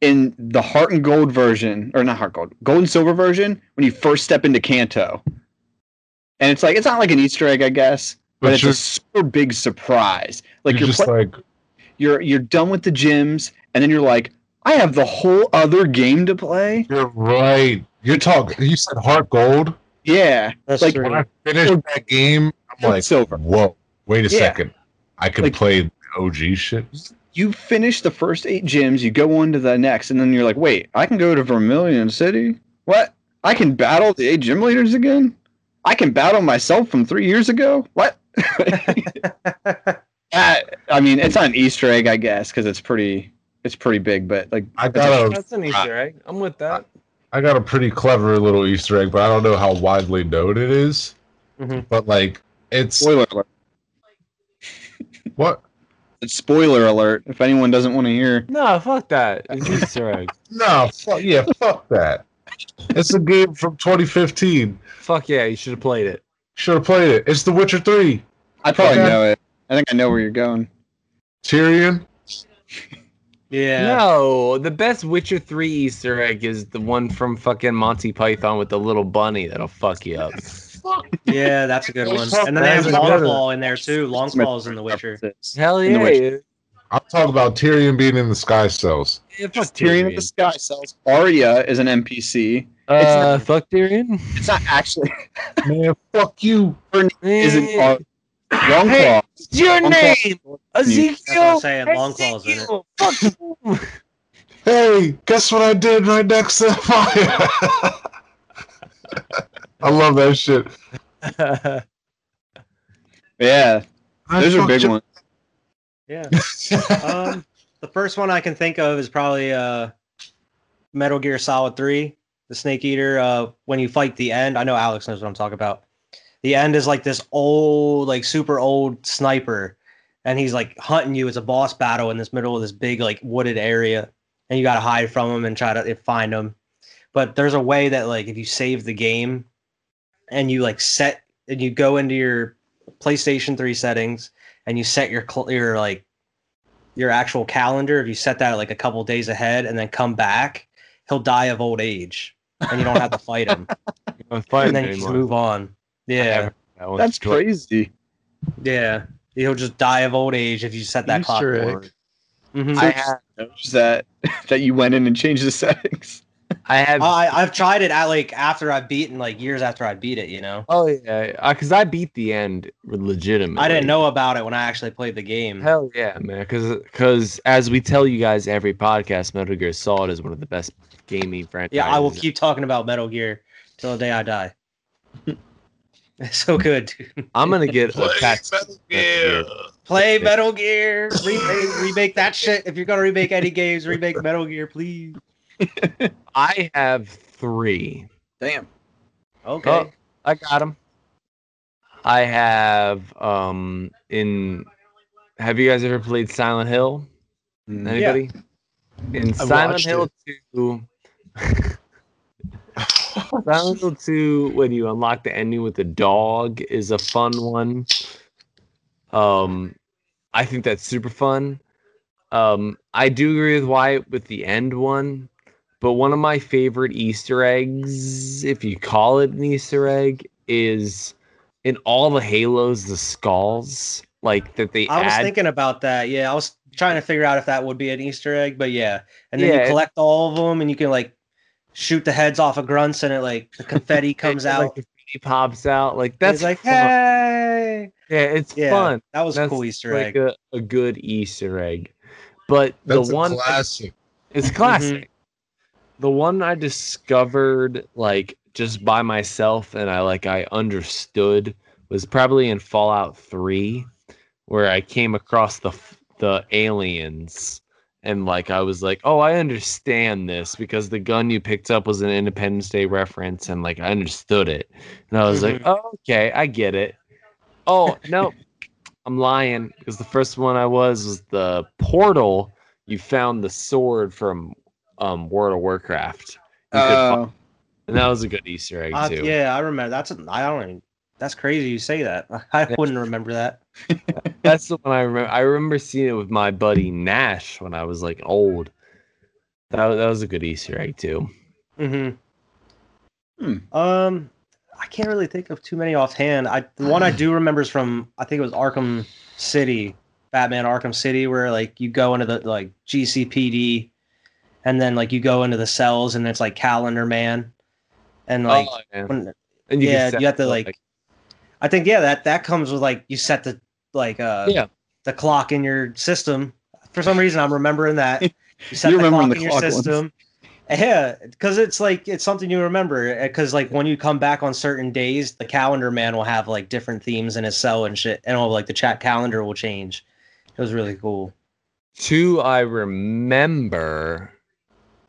In the Heart and Gold version, or not Heart Gold, Gold and Silver version, when you first step into Kanto, and it's like it's not like an Easter egg, I guess, but,
But
it's
you're-
a super big surprise. Like you're
like you're,
you're,
just like
you're you're done with the gyms, and then you're like, I have the whole other game to play.
you're right. You're talking. You said heart gold.
Yeah,
That's
like-
true.
When I finished that game, I'm
Gold
like,
Silver.
whoa, wait a
Yeah.
second. I could
Like-
play OG shit.
you finish the first eight gyms, you go on to the next, and then you're like, wait, I can go to Vermilion City? What? I can battle the eight gym leaders again? I can battle myself from three years ago? What? That- I mean, it's not an Easter egg, I guess, because it's pretty, it's pretty big. But like,
I got a
That's an Easter egg. I'm with that.
I got a pretty clever little Easter egg, but I don't know how widely known it is.
Mm-hmm.
Mhm.
But like, it's
spoiler alert!
what?
It's spoiler alert! If anyone doesn't want to hear,
No, fuck that. It's an Easter egg.
No, fuck yeah, fuck that. It's a game from 2015.
Fuck yeah, you should have played it.
Should have played it. It's The Witcher 3.
I probably
Okay.
know it. I think I know where you're going.
Tyrion.
yeah.
No, the best Witcher 3 Easter egg is the one from fucking Monty Python with the little bunny that'll fuck you up.
Yeah, that's a good one. And then they have
That's better.
Longfall in there too. Longfall's in The Witcher.
Hell
In The
yeah.
Witcher.
I'm talking about Tyrion being in the Sky Cells.
yeah fuck
Just Tyrion of the Sky Cells. Arya is an NPC.
Uh, fuck Tyrion?
It's not actually.
Man, fuck you.
Isn't
Eh,
Ar- Longclaw?
Hey, it's your
Longclaw-
name, Ezekiel.
That's what I'm saying. Longclaw's in it.
Ezekiel, Fuck you.
Hey, guess what I did right next to the fire? I love that shit.
Yeah,
I
those are
fucked
big
you-
ones.
Yeah. um, the first one I can think of is probably uh, Metal Gear Solid Three, the Snake Eater. Uh, when you fight the end, I know Alex knows what I'm talking about. The end is like this old, like super old sniper, and he's like hunting you. It's a boss battle in this middle of this big like wooded area, and you gotta hide from him and try to find him. But there's a way that like if you save the game, and you like set and you go into your PlayStation Three settings and you set your cl- your like your actual calendar, if you set that like a couple days ahead and then come back, he'll die of old age and you don't have to fight him.
I'm
and then you just move on. Yeah.
That's crazy.
Yeah. He'll just die of old age if you set that clock
Easter
forward.
egg.
Mhm.
I have,
Notice that that you went in and changed the settings.
I have.
I, I've tried it at like after I've beaten, like years after I beat it, you know?
oh yeah, because I beat the end legitimately.
I didn't know about it when I actually played the game.
Hell yeah, man! Because as we tell you guys every podcast, Metal Gear Solid is one of the best gaming franchises.
Yeah, I will keep talking about Metal Gear till the day I die. It's so good, dude.
I'm gonna get a
Play
tax.
Metal Gear.
Play Metal Gear. Remake, remake that shit. If you're gonna remake any games, remake Metal Gear, please.
I have three.
Damn.
Okay.
Oh, I got them. I have um in. Have you guys ever played Silent Hill?
Mm-hmm.
Anybody? In Silent
watched
Hill 2. Silent Hill 2, when you unlock the ending with the dog, is a fun one. Um, I think that's super fun. Um, I do agree with Wyatt with the end one, but one of my favorite Easter eggs, if you call it an Easter egg, is in all the Halos, the skulls like that they
I was
add.
thinking about that. Yeah, I was trying to figure out if that would be an Easter egg, but yeah. And then
Yeah, it-
you collect all of them, and you can like shoot the heads off of grunts, and it like the confetti comes
it,
out.
like, if he pops out. Like that's
It's like,
fun.
hey,
yeah, it's
yeah,
fun.
that was a
That's
cool Easter
like
egg.
A, a good Easter egg. But
That's
the
a
one
classic.
It's
Mm-hmm.
classic. The one I discovered like just by myself and I like I understood was probably in Fallout 3 where I came across the f- the aliens and like I was like, "Oh, I understand this because the gun you picked up was an Independence Day reference and like I understood it." And I was like,
Mm-hmm.
oh, "Okay, I get it." Oh, no. I'm lying because the first one I was was the portal you found the sword from um, World of Warcraft. You could find-
Uh,
and that was a good Easter egg
Uh,
too.
Oh. yeah, I remember. That's a, I don't even. That's crazy. You say that. I wouldn't remember that.
That's the one I remember. I remember seeing it with my buddy Nash when I was like old. That was, that was a good Easter egg too.
hmm
Hmm.
Um, I can't really think of too many offhand. I the one I do remember is from I think it was Arkham City, Batman Arkham City, where like you go into the like GCPD, and then like you go into the cells, and it's like Calendar Man, and like
Oh, yeah.
when,
and can
yeah,
set
you have to
up,
like. I think yeah, that that comes with like you set the like uh
Yeah.
the clock in your system. For some reason, I'm remembering that you set
You're
the clock
remembering the
in your
clock ones.
system. Yeah, because it's like it's something you remember. Because like when you come back on certain days, the calendar man will have like different themes in his cell and shit, and all like the chat calendar will change. It was really cool.
two i remember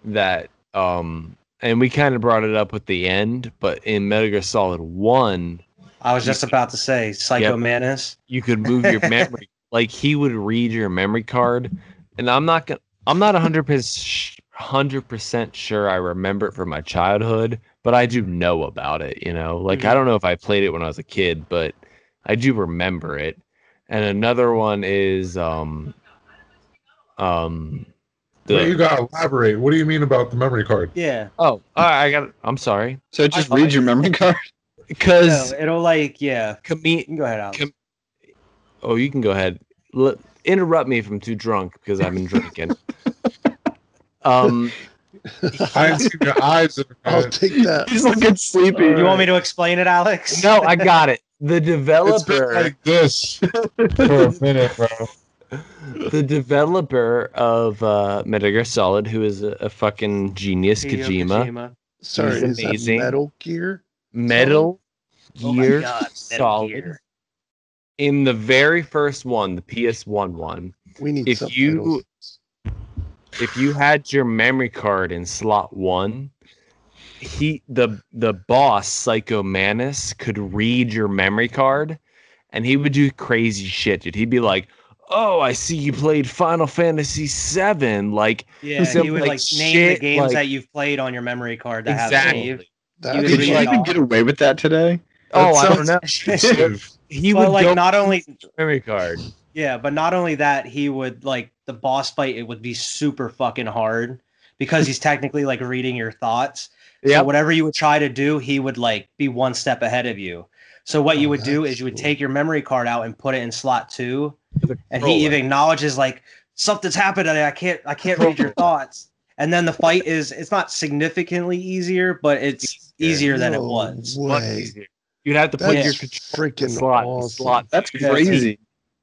that um and we kind of brought it up with the end but in metal gear solid 1
I was just about to say Psycho
Yep.
Manus.
you could move your memory like he would read your memory card and i'm not gonna i'm not 100% sh- 100% sure i remember it from my childhood but i do know about it you know like i don't know if i played it when i was a kid but i do remember it and another one is um um the-
Wait, you gotta elaborate. What do you mean about the memory card?
Yeah,
Oh, all right, I got. I'm sorry,
so it just
I-
reads your memory card.
because
No, it'll like yeah. You
Kame-
can go ahead, Alex.
Come- Oh, you can go ahead. L- interrupt me if I'm too drunk because I've been drinking. um,
I haven't seen your eyes in
Oh,
a
I'll
minute.
take that.
He's looking sleepy.
you want me to explain it, Alex?
no, I got it. The
It's been
developer,
like this for a minute, bro.
the developer of uh, Metal Gear Solid, who is a, a fucking genius,
Hideo
Kojima.
Sorry,
He's
is that
amazing.
Metal Gear?
Metal
Oh my
Gear
God, Metal
Solid.
Gear.
In the very first one, the PS1 one,
We need
If you-
subtitles.
if you had your memory card in slot one, he the the boss Psycho Manus could read your memory card, and he would do crazy shit. Dude, he'd be like, "Oh, I see you played Final Fantasy VII." Like
Yeah,
Some,
he would
like,
like, name the
shit,
games
like-
that you've played on your memory card that have
exactly.
That would
you would
Did
be
you
read
like,
even get away with that today?
Oh,
That
I don't
sounds
know.
saved.
expensive.
He would
but
like go
like not only
memory card.
yeah, but not only that, he would like the boss fight. It would be super fucking hard because he's technically like reading your thoughts.
Yeah,
So whatever you would try to do, he would like be one step ahead of you. So what you
Oh,
would do
that's
is you would
cool.
take your memory card out and put it in slot two,
The
and
controller.
he even acknowledges like something's happened and I can't I can't read your thoughts. And then the fight is it's not significantly easier, but it's easier than it
No
was.
Much
Way.
easier. You'd have to put
That's
your
freaking
control slot
awesome.
slot.
That's
Yeah,
crazy.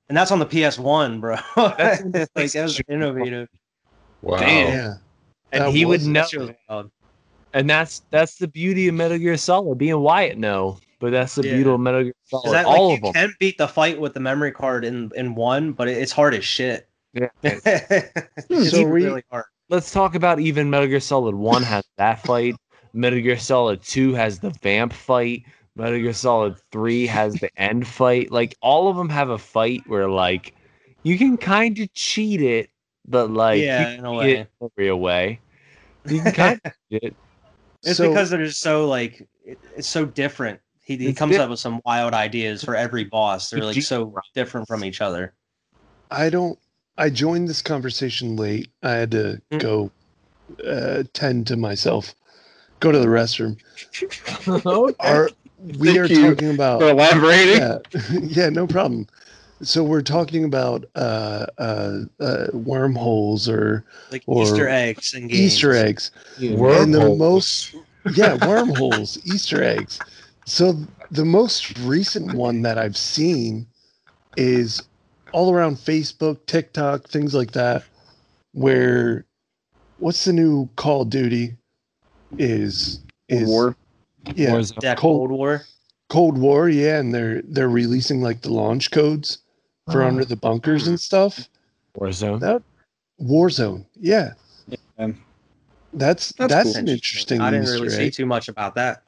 And that's on the PS1, bro.
That's-
It's like that was innovative.
Wow.
Damn.
Yeah.
and
That
he would
was-
know.
Shit was wild.
And that's that's the beauty of Metal Gear Solid. being Wyatt, no, but that's the
Yeah.
beauty of Metal Gear
Is
Solid.
that
All
like
of
you
them.
can beat the fight with the memory card in in one, but it, it's hard as shit.
Yeah.
it's
So we-
really hard.
Let's talk about even Metal Gear Solid One has that fight. Metal Gear Solid Two has the vamp fight. Metal Gear Solid Three has the end fight. Like all of them have a fight where like you can kind of cheat it, but like you
yeah, in
can
a
cheat
way.
it every way. You can kind of cheat it.
It's
So-
because they're just so like it, it's so different. He, he
It's
comes
diff-
up with some wild ideas for every boss. They're like
Gee,
so different from each other.
I don't I joined this conversation late. I had to
Mm.
go uh, tend to myself, go to the restroom. Are we
Thank
are
you
talking about
For elaborating,
yeah, yeah, no problem. So we're talking about uh, uh, uh, wormholes or
like
Or-
Easter eggs and games.
Easter eggs. And the
Wormholes.
most, yeah, wormholes, Easter eggs. So the most recent one that I've seen is all around Facebook, TikTok, things like that. Where, what's the new Call of Duty? Is is
war.
yeah
Warzone.
That
Cold-
Cold War.
Cold War? Yeah, and they're they're releasing like the launch codes for
Ah.
under the bunkers and stuff.
Warzone.
That Warzone, yeah,
Um,
that's that's,
That's cool.
an interesting.
I didn't
Easter
really see
egg.
too much about that.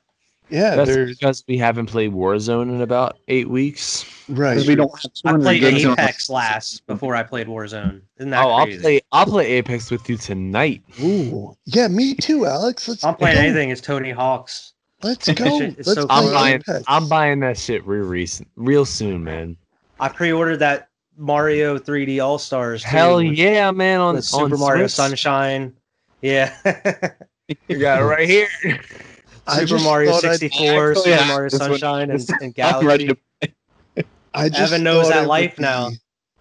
Yeah,
That's
there's
because we haven't played Warzone in about eight weeks.
right.
'cause we don't have
I
200
played
gigs on-
Apex last before I played Warzone. Isn't that
Oh,
crazy?
I'll play. I'll play Apex with you tonight.
Ooh, yeah, me too, Alex. Let's.
I'm playing
go.
anything as Tony Hawk's.
Let's go.
It's
Let's
so
play
cool. I'm buying-
Apex.
I'm buying that shit real recent, real soon, man.
I pre-ordered that Mario 3D All Stars.
Hell yeah, man! On
On, Super Mario Sunshine. Yeah.
you got it right here.
I
Super
just
Mario
thought I'd-
64,
actually
Super
have
Mario
this one.
Sunshine, and, and
I'm
Galaxy.
ready to.
I just
Evan knows
thought
that
I
life
would be-
now.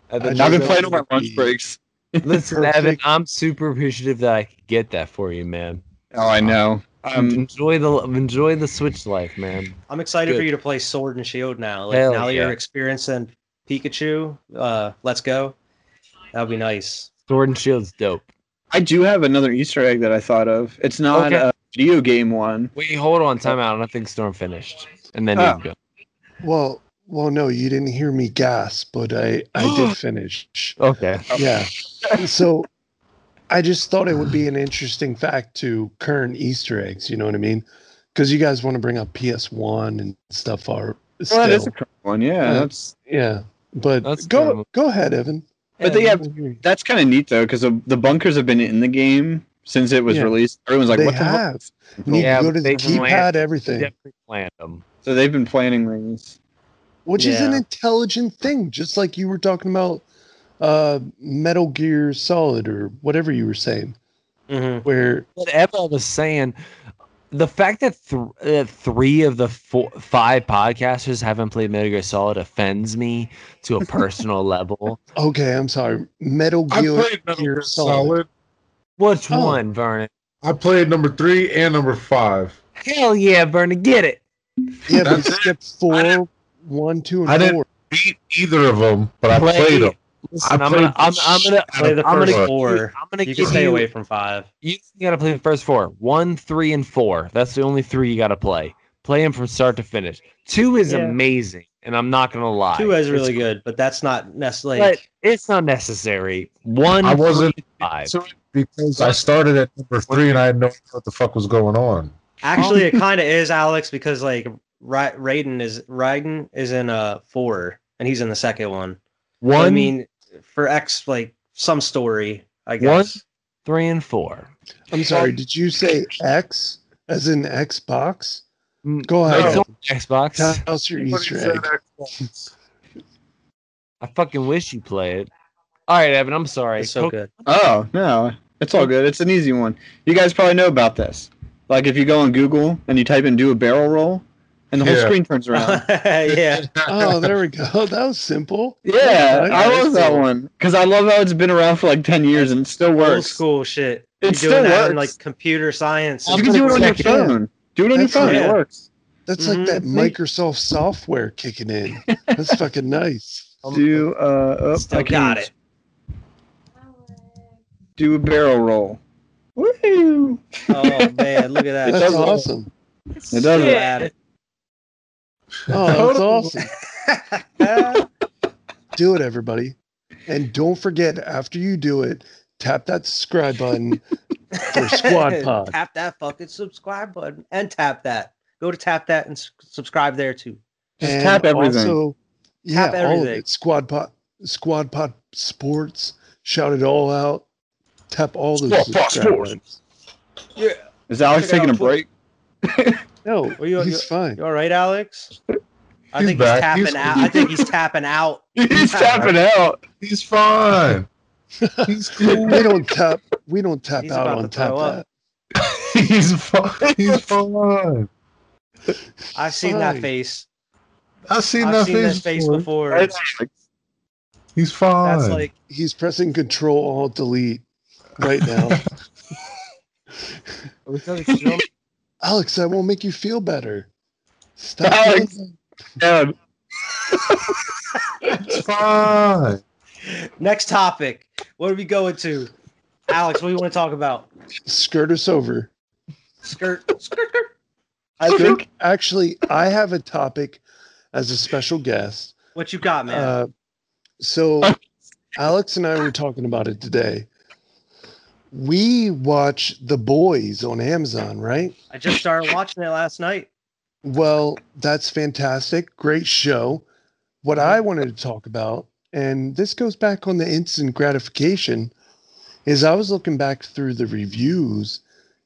Evan,
I
I've been
know
playing
it
on my
would
lunch
be-
breaks.
listen, Evan.
perfect.
I'm super appreciative that I could get that for you, man.
Oh, I know. Um,
enjoy the enjoy the Switch life, man.
I'm excited
Good.
for you to play Sword and Shield now. Like
Hell
now that
yeah.
you're experiencing Pikachu, uh, let's go. That'll be nice.
Sword and Shield's dope.
I do have another Easter egg that I thought of. It's not
Okay.
a video game one.
Wait, hold on, time out. I don't think Storm finished, and then
Oh.
you go.
Well, well, no, you didn't hear me gasp, but I I did finish.
Okay.
Yeah. So, I just thought it would be an interesting fact to current Easter eggs. You know what I mean? Because you guys want to bring up PS One and stuff. Are still,
Well, that is a current one. Yeah,
Yeah.
that's
yeah. But
That's
go
terrible.
go ahead, Evan.
But they have-
Let me hear you.
that's kind of neat though, because the, the bunkers have been in the game since it was
Yeah.
released. Everyone's like,
They
"What the hell?"
have. You
Yeah,
can go
but
to the
they can land-
keypad, everything.
definitely planned them.
So they've been planning things.
which is an
Yeah.
intelligent thing just like you were talking about uh metal gear solid or whatever you were saying
hmm
Mm-hmm.
where
But Eva was saying the fact that th- uh, three of the four, five podcasters haven't played Metal Gear Solid offends me to a personal level.
okay i'm sorry metal
I
gear
played Metal
Gear
Gear
Solid.
Solid.
Which
Oh.
one, Vernon?
I played number three and number five.
Hell yeah, Vernon, get it.
yeah but
That's it.
skip
I
four one two
I
and
didn't-
four
Beat either of them, but I
Play-
played them.
Listen,
I
I'm
played
gonna,
the
I'm, I'm gonna,
shit out
Play
of
the
I'm
first
gonna-
four.
I'm gonna
You can
give
stay
you,
away from five.
You gotta play the first four. One, three, and four. That's the only three you gotta play. Play them from start to finish. Two is
Yeah.
amazing, and I'm not gonna lie.
Two is really
it's,
good, but that's not necessarily.
but it's not necessary. One,
I wasn't
three, five.
into it because I started at number three and I had no idea what the fuck was going on.
Actually, it kind of is Alex because like Ra- Raiden is Raiden is in uh four and he's in the second one. So,
One,
I mean, for X like some story, I guess.
three, and four.
i'm sorry did you say x as in xbox
Mm,
go
Oh.
ahead
It's
no.
on Xbox.
tell us your easter egg
I fucking wish you play it. All right, Evan. I'm sorry.
It's so
Coke-
good.
Oh no, it's all good. It's an easy one. You guys probably know about this. Like if you go on Google and you type in "do a barrel roll," and the whole
Yeah.
screen turns around.
yeah.
oh there we go that was simple
Yeah,
Yeah,
I
that's
love that
cool.
one because I love how it's been around for like ten years and it still
old
works.
school shit.
It
You're
still
doing that in
works.
like computer science.
You
and
can do it on your
Check it out.
phone. Do it on your
That's
phone.
right.
It works,
that's
Mhm.
like that microsoft software kicking in that's fucking nice
Do uh, oh,
Still
I
got
can't
it.
do a barrel roll. Woo!
Oh man, look at that.
that's
does work.
awesome
It does
Still
work.
at it.
oh that's
Totally.
awesome do it, everybody. And don't forget, after you do it, tap that subscribe button for Squad Pod.
Tap that fucking subscribe button and tap that. Go to tap that and s- subscribe there too.
Just
And
tap everything.
Also, yeah,
Tap
all of
everything.
it. Squad Pod, Squad Pod Sports. Shout it all out. Tap all those
Squad Pod
subscribe
Sports.
buttons.
Is Alex
Check it
taking a
out.
break?
No,
Well, you-
he's
you-
fine.
You all right, Alex? I
He's
think
back.
he's tapping
He's-
out. I think he's tapping out.
He's tapping out.
He's fine.
He's cool. we don't tap. We don't tap
He's
out
about
on
to
tap
throw
that.
up.
he's fine. He's fine.
I've seen
Fine.
that face.
I've seen,
I've
that,
seen
face
that face
before.
before.
He's fine.
That's like
He's pressing Control Alt Delete right now. Alex, that won't make you feel better. Stop.
Alex.
doing
Man,
it's fine.
next topic. What are we going to? Alex, what do you want to talk about?
that. Skirt us over.
Skirt.
I think actually I have a topic as a special guest.
What you got, man?
Uh, so Alex and I were talking about it today. We watch The Boys on Amazon, right?
I just started watching it last night.
Well, that's fantastic. Great show. What
Mm-hmm.
I wanted to talk about, and this goes back on the instant gratification, is I was looking back through the reviews,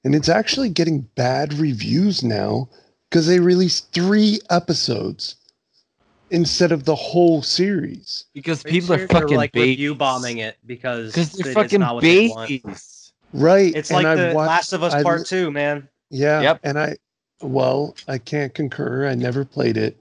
and it's actually getting bad reviews now because they released three episodes instead of the whole series.
because
Are you
people are
serious?
fucking
They're like
babies.
review bombing it because
because they're
it's
fucking
not what they want.
babies.
Right.
It's
and
like
I've
the
watched-
Last of Us
I-
Part Two, man.
Yeah.
Yep.
And I, well, I can't concur. I never played it.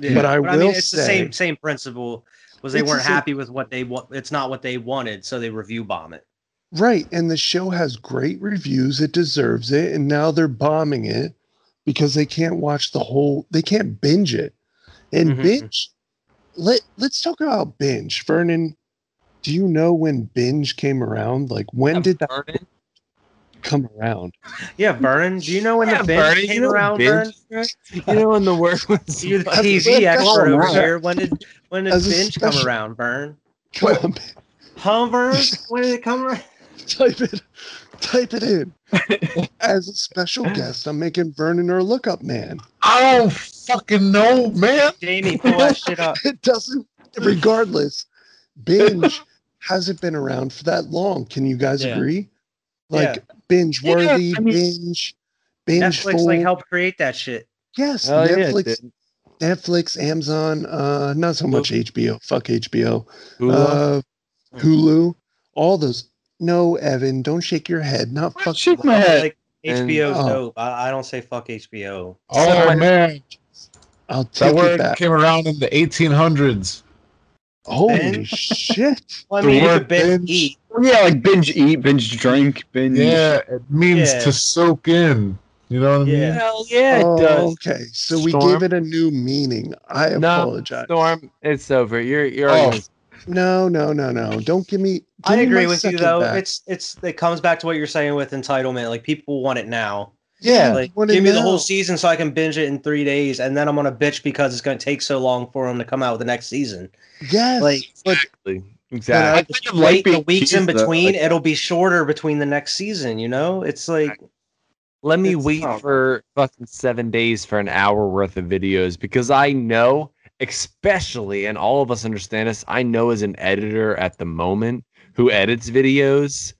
Yeah.
But I will
mean, it's the
say-
same same principle. Was they
It's the
weren't
same-
happy with what they want? It's not what they wanted, so they review bomb it.
Right. And the show has great reviews. It deserves it. And now they're bombing it because they can't watch the whole, they can't binge it. And
Mhm.
binge, let, let's talk about binge. Vernon, do you know when binge came around? Like, when did that
Uh, Vernon?
come around?
Yeah, Vernon. Do you know when
Yeah,
the binge
Vernon, you
came
know
around?
binge-
Vernon?
You know, when the word was
You're the
As a
TV expert
special-
over here. When did when did
As a
binge come
special-
around, Vern?
Come on,
Huh, Vern? When did it come around?
type it type it in as a special guest i'm making vernon our lookup man
I don't fucking know, Oh, man.
Jamie, pull that shit up.
it doesn't regardless binge hasn't been around for that long can you guys
Yeah.
agree like
Yeah.
binge worthy
Yeah, I mean-
binge binge
Netflix like
full.
helped create that shit.
yes
Hell yeah, it
netflix
did.
netflix amazon uh not so much hbo fuck hbo
Hulu.
uh hulu all those no evan don't shake your head not
Why
fuck
shake my head?
Like HBO's
And- oh.
dope. I, I don't say fuck HBO.
Oh
Sorry.
man,
i'll take
that
it
word
back
came around in the 1800s.
Holy
Binge?
shit!
Well, I
The
mean, you
word
could binge,
binge.
eat.
yeah, like binge eat, binge drink, binge.
Yeah, it means
Yeah.
to soak in. You know what I mean?
Yeah.
Hell yeah, it
oh,
does.
okay. So we
Storm?
gave it a new meaning. I
No,
apologize.
Storm, it's over. You're you're
Oh.
already-
No, no, no, no. Don't give me. Give
I
me
agree
my
with you
second
though.
back.
It's it's it comes back to what you're saying with entitlement. Like people want it now.
yeah.
Like
what
give
it
me the
now.
whole season so I can binge it in three days, and then I'm gonna bitch because it's gonna take so long for them to come out with the next season.
Yes.
Like
but
exactly.
I kind of like
wait the
being
weeks in
teased, though,
between,
like-
it'll be shorter between the next season. You know, it's like
Let me
It's
wait
tough.
for fucking seven days for an hour worth of videos because I know, especially, and all of us understand this, I know as an editor at the moment who edits videos,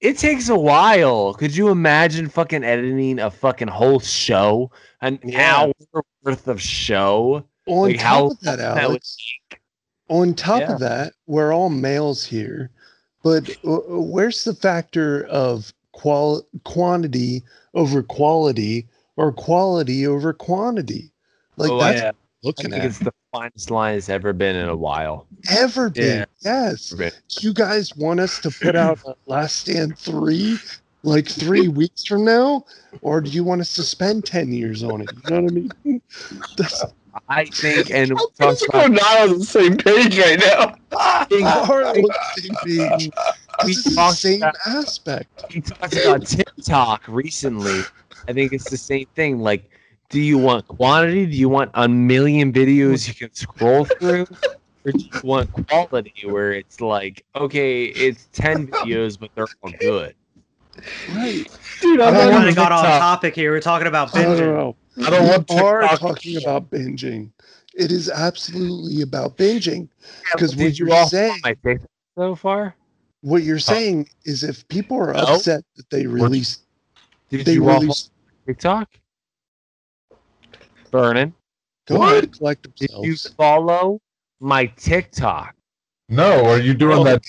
it takes a while. Could you imagine fucking editing a fucking whole show? An
Yeah.
hour worth of show?
on
like
top
how
of that,
long that would
Alex. on top
Yeah.
of that, we're all males here, but uh, where's the factor of qual quantity over quality or quality over quantity? Like
Oh, I-
that's
yeah.
I
looking
think
at
it's the finest line it's ever been in a while.
ever been.
Yeah.
Yes. you guys want us to put out a Last Stand 3 like three weeks from now? Or do you want us to spend 10 years on it? You know what I mean? That's
I think, and we
We're
talked about
not on the same page right now.
we are on the same page.
We
This is the
talked
same
about-
aspect.
we talked about TikTok recently. I think it's the same thing. Like, do you want quantity? Do you want a million videos you can scroll through? Or do you want quality where it's like, okay, it's 10 videos, but they're all good?
Right.
Dude,
I
I'm
don't
not
kind
on
of got off
TikTok.
topic here. We're talking about
I don't
binging.
know.
I don't want
We are
TikTok.
talking about binging. It is absolutely about binging because
Did
what
you
you're
all
saying,
find Oh. my favorite so far?
what you're saying is if people are upset that they released,
Did
they
you all find
released,
my TikTok? Vernon,
go ahead, collect
did you
themselves.
follow my TikTok?
No, are you doing
Oh.
that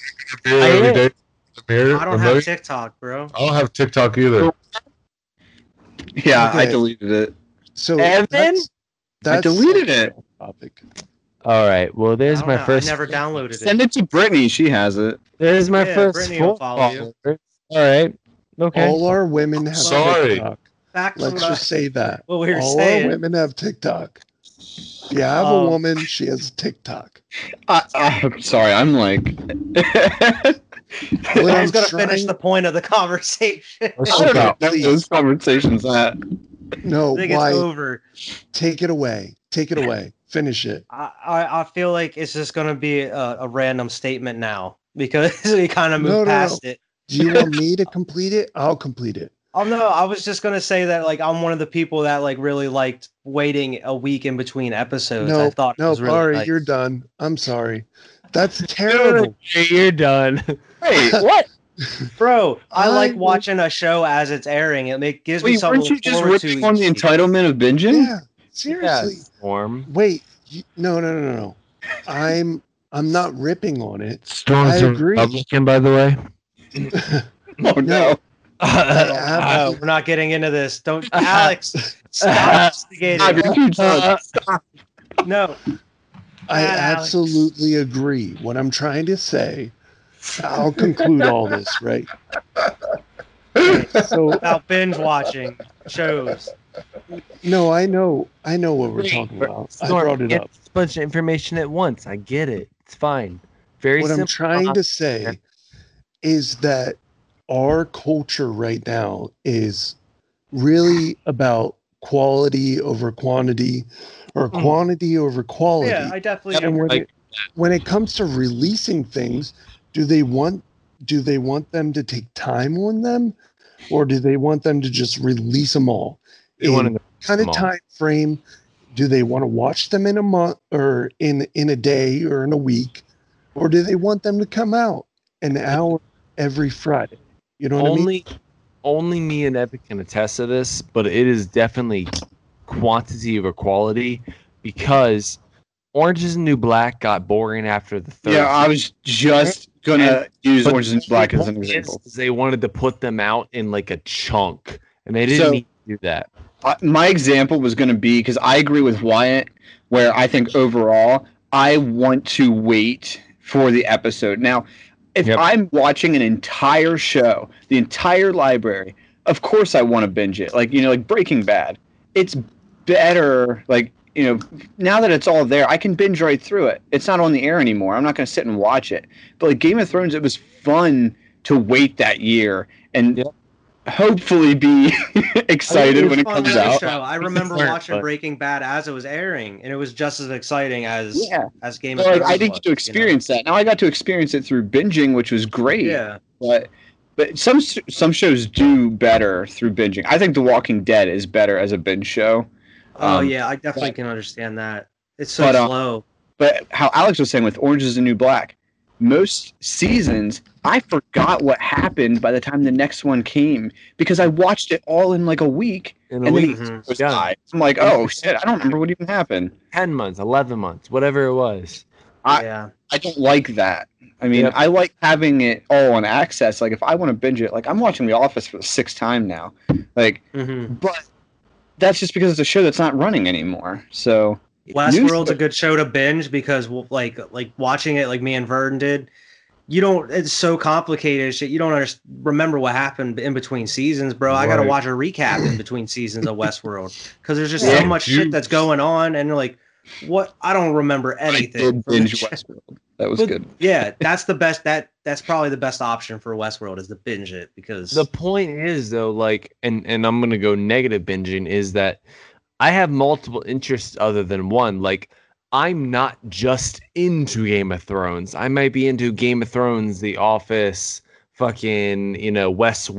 mirror
I
every
am.
day? The mirror?
I don't
A
have
million?
TikTok, bro.
I don't have TikTok either.
Yeah, I
Okay.
deleted it.
So
Evan?
that's,
I deleted it.
Topic.
All right. Well,
I
there's
don't
my
know.
first.
I never downloaded it.
Send it to Brittany. She has it.
There's my
Yeah,
first.
Brittany
full
will follow you.
follower. All right. Okay.
All our women have
Sorry.
TikTok.
Back to
Let's
what, I-
just say that.
what we were
All our
saying.
women have TikTok. If you have
Um,
a woman, she has TikTok.
I, I'm sorry. I'm like, I
What
I
I'm
was gonna
trying-
finish the point of the conversation.
Let's
don't
look
know
Oh,
out.
what those conversations at.
No,
I think it's
why?
over.
Take it away. Take it away. Finish it.
I, I, I feel like it's just gonna be a, a random statement now because we kind of
No,
moved
no, no.
past it.
Do you want me to complete it? I'll complete it.
Oh no, I was just gonna say that like I'm one of the people that like really liked waiting a week in between episodes. I
No,
thought it
no,
was really
Barry,
nice.
you're done. I'm sorry. That's
Okay,
terrible.
You're done.
Wait, what?
bro. I,
I
like
will-
watching a show as it's airing. It make, gives me
Wait,
something.
weren't
to
you
look
just
forward to
ripping on
each
the
week.
entitlement of binging?
Yeah, seriously.
Form.
Wait, you, no, no, no, no. I'm I'm not ripping on it. I
Storms
agree.
Republican, by the way.
Oh no.
I
Oh,
have,
we're not getting into this. Don't, Alex, stop
God,
instigating.
you're too
Uh,
tough.
No,
I
Alex.
absolutely agree. What I'm trying to say, I'll conclude all this, right? So
about binge watching shows.
no, I know I know what we're talking about. I brought it
get
up.
a bunch of information at once. I get it. It's fine. Very
What
simple.
I'm trying to say is that our culture right now is really about quality over quantity or
Mm.
quantity over quality.
Yeah, I definitely.
and when,
Like-
it, when it comes to releasing things do they want do they want them to take time on them or do they want them to just release them all
They wanna know
kind of
them all.
time frame do they want to watch them in a month or in in a day or in a week or do they want them to come out an hour every friday you know what i mean
only only me and Epic can attest to this, but it is definitely quantity over quality because Orange is the New Black got boring after the third.
Yeah, I was just gonna use
But
Orange is the New Black as an
point is,
example.
is They wanted to put them out in like a chunk, and they didn't
So-
need to do that.
I, Uh, my example was gonna be because I agree with Wyatt, where I think overall I want to wait for the episode. Now, if
Yep.
I'm watching an entire show, the entire library, of course I want to binge it. Like you know, like Breaking Bad. It's better, like you know, now that it's all there, I can binge right through it. It's not on the air anymore. I'm not going to sit and watch it. But like Game of Thrones, it was fun to wait that year and
Yeah.
hopefully be excited
was
when it
fun
comes
with the
out.
Show. I remember
Sorry,
watching
but-
Breaking Bad as it was airing, and it was just as exciting as
Yeah,
as Game of
but, like
Thrones
I didn't
was,
get to experience that. Now I got to experience it through binging, which was great.
You know? Yeah,
But but some s- some shows do better through binging. I think The Walking Dead is better as a binge show.
oh
Um,
yeah, I definitely
but-
can understand that. It's so
But, uh,
slow.
but how Alex was saying with Orange is the New Black, most seasons I forgot what happened by the time the next one came because I watched it all in like a week
In a
and
week,
then
Mhm.
it was
Yeah.
died. I'm like, oh shit, I don't remember what even happened.
ten months, eleven months, whatever it was.
I-
yeah,
I don't like that. I mean,
Yep.
I like having it all on access. Like if I want to binge it, like I'm watching The Office for the sixth time now. Like,
hmm
but that's just because it's a show that's not running anymore. So
Westworld's a
news-
good show to binge because well, like like watching it like me and Verdon did. You don't. It's so complicated. Shit, you don't under, remember what happened in between seasons, bro. I gotta
Right.
watch a recap in between seasons of Westworld because there's just
Yeah,
so much shit
dude.
that's going on, and you're like, what? I don't remember
I
anything.
did
from the
binge
show.
Westworld. That was
But-
good.
yeah, that's the best. That that's probably the best option for Westworld is to binge it because
The point is though, like, and and I'm gonna go negative binging is that I have multiple interests other than one. Like, I'm not just into Game of Thrones. I might be into Game of Thrones, The Office, fucking you know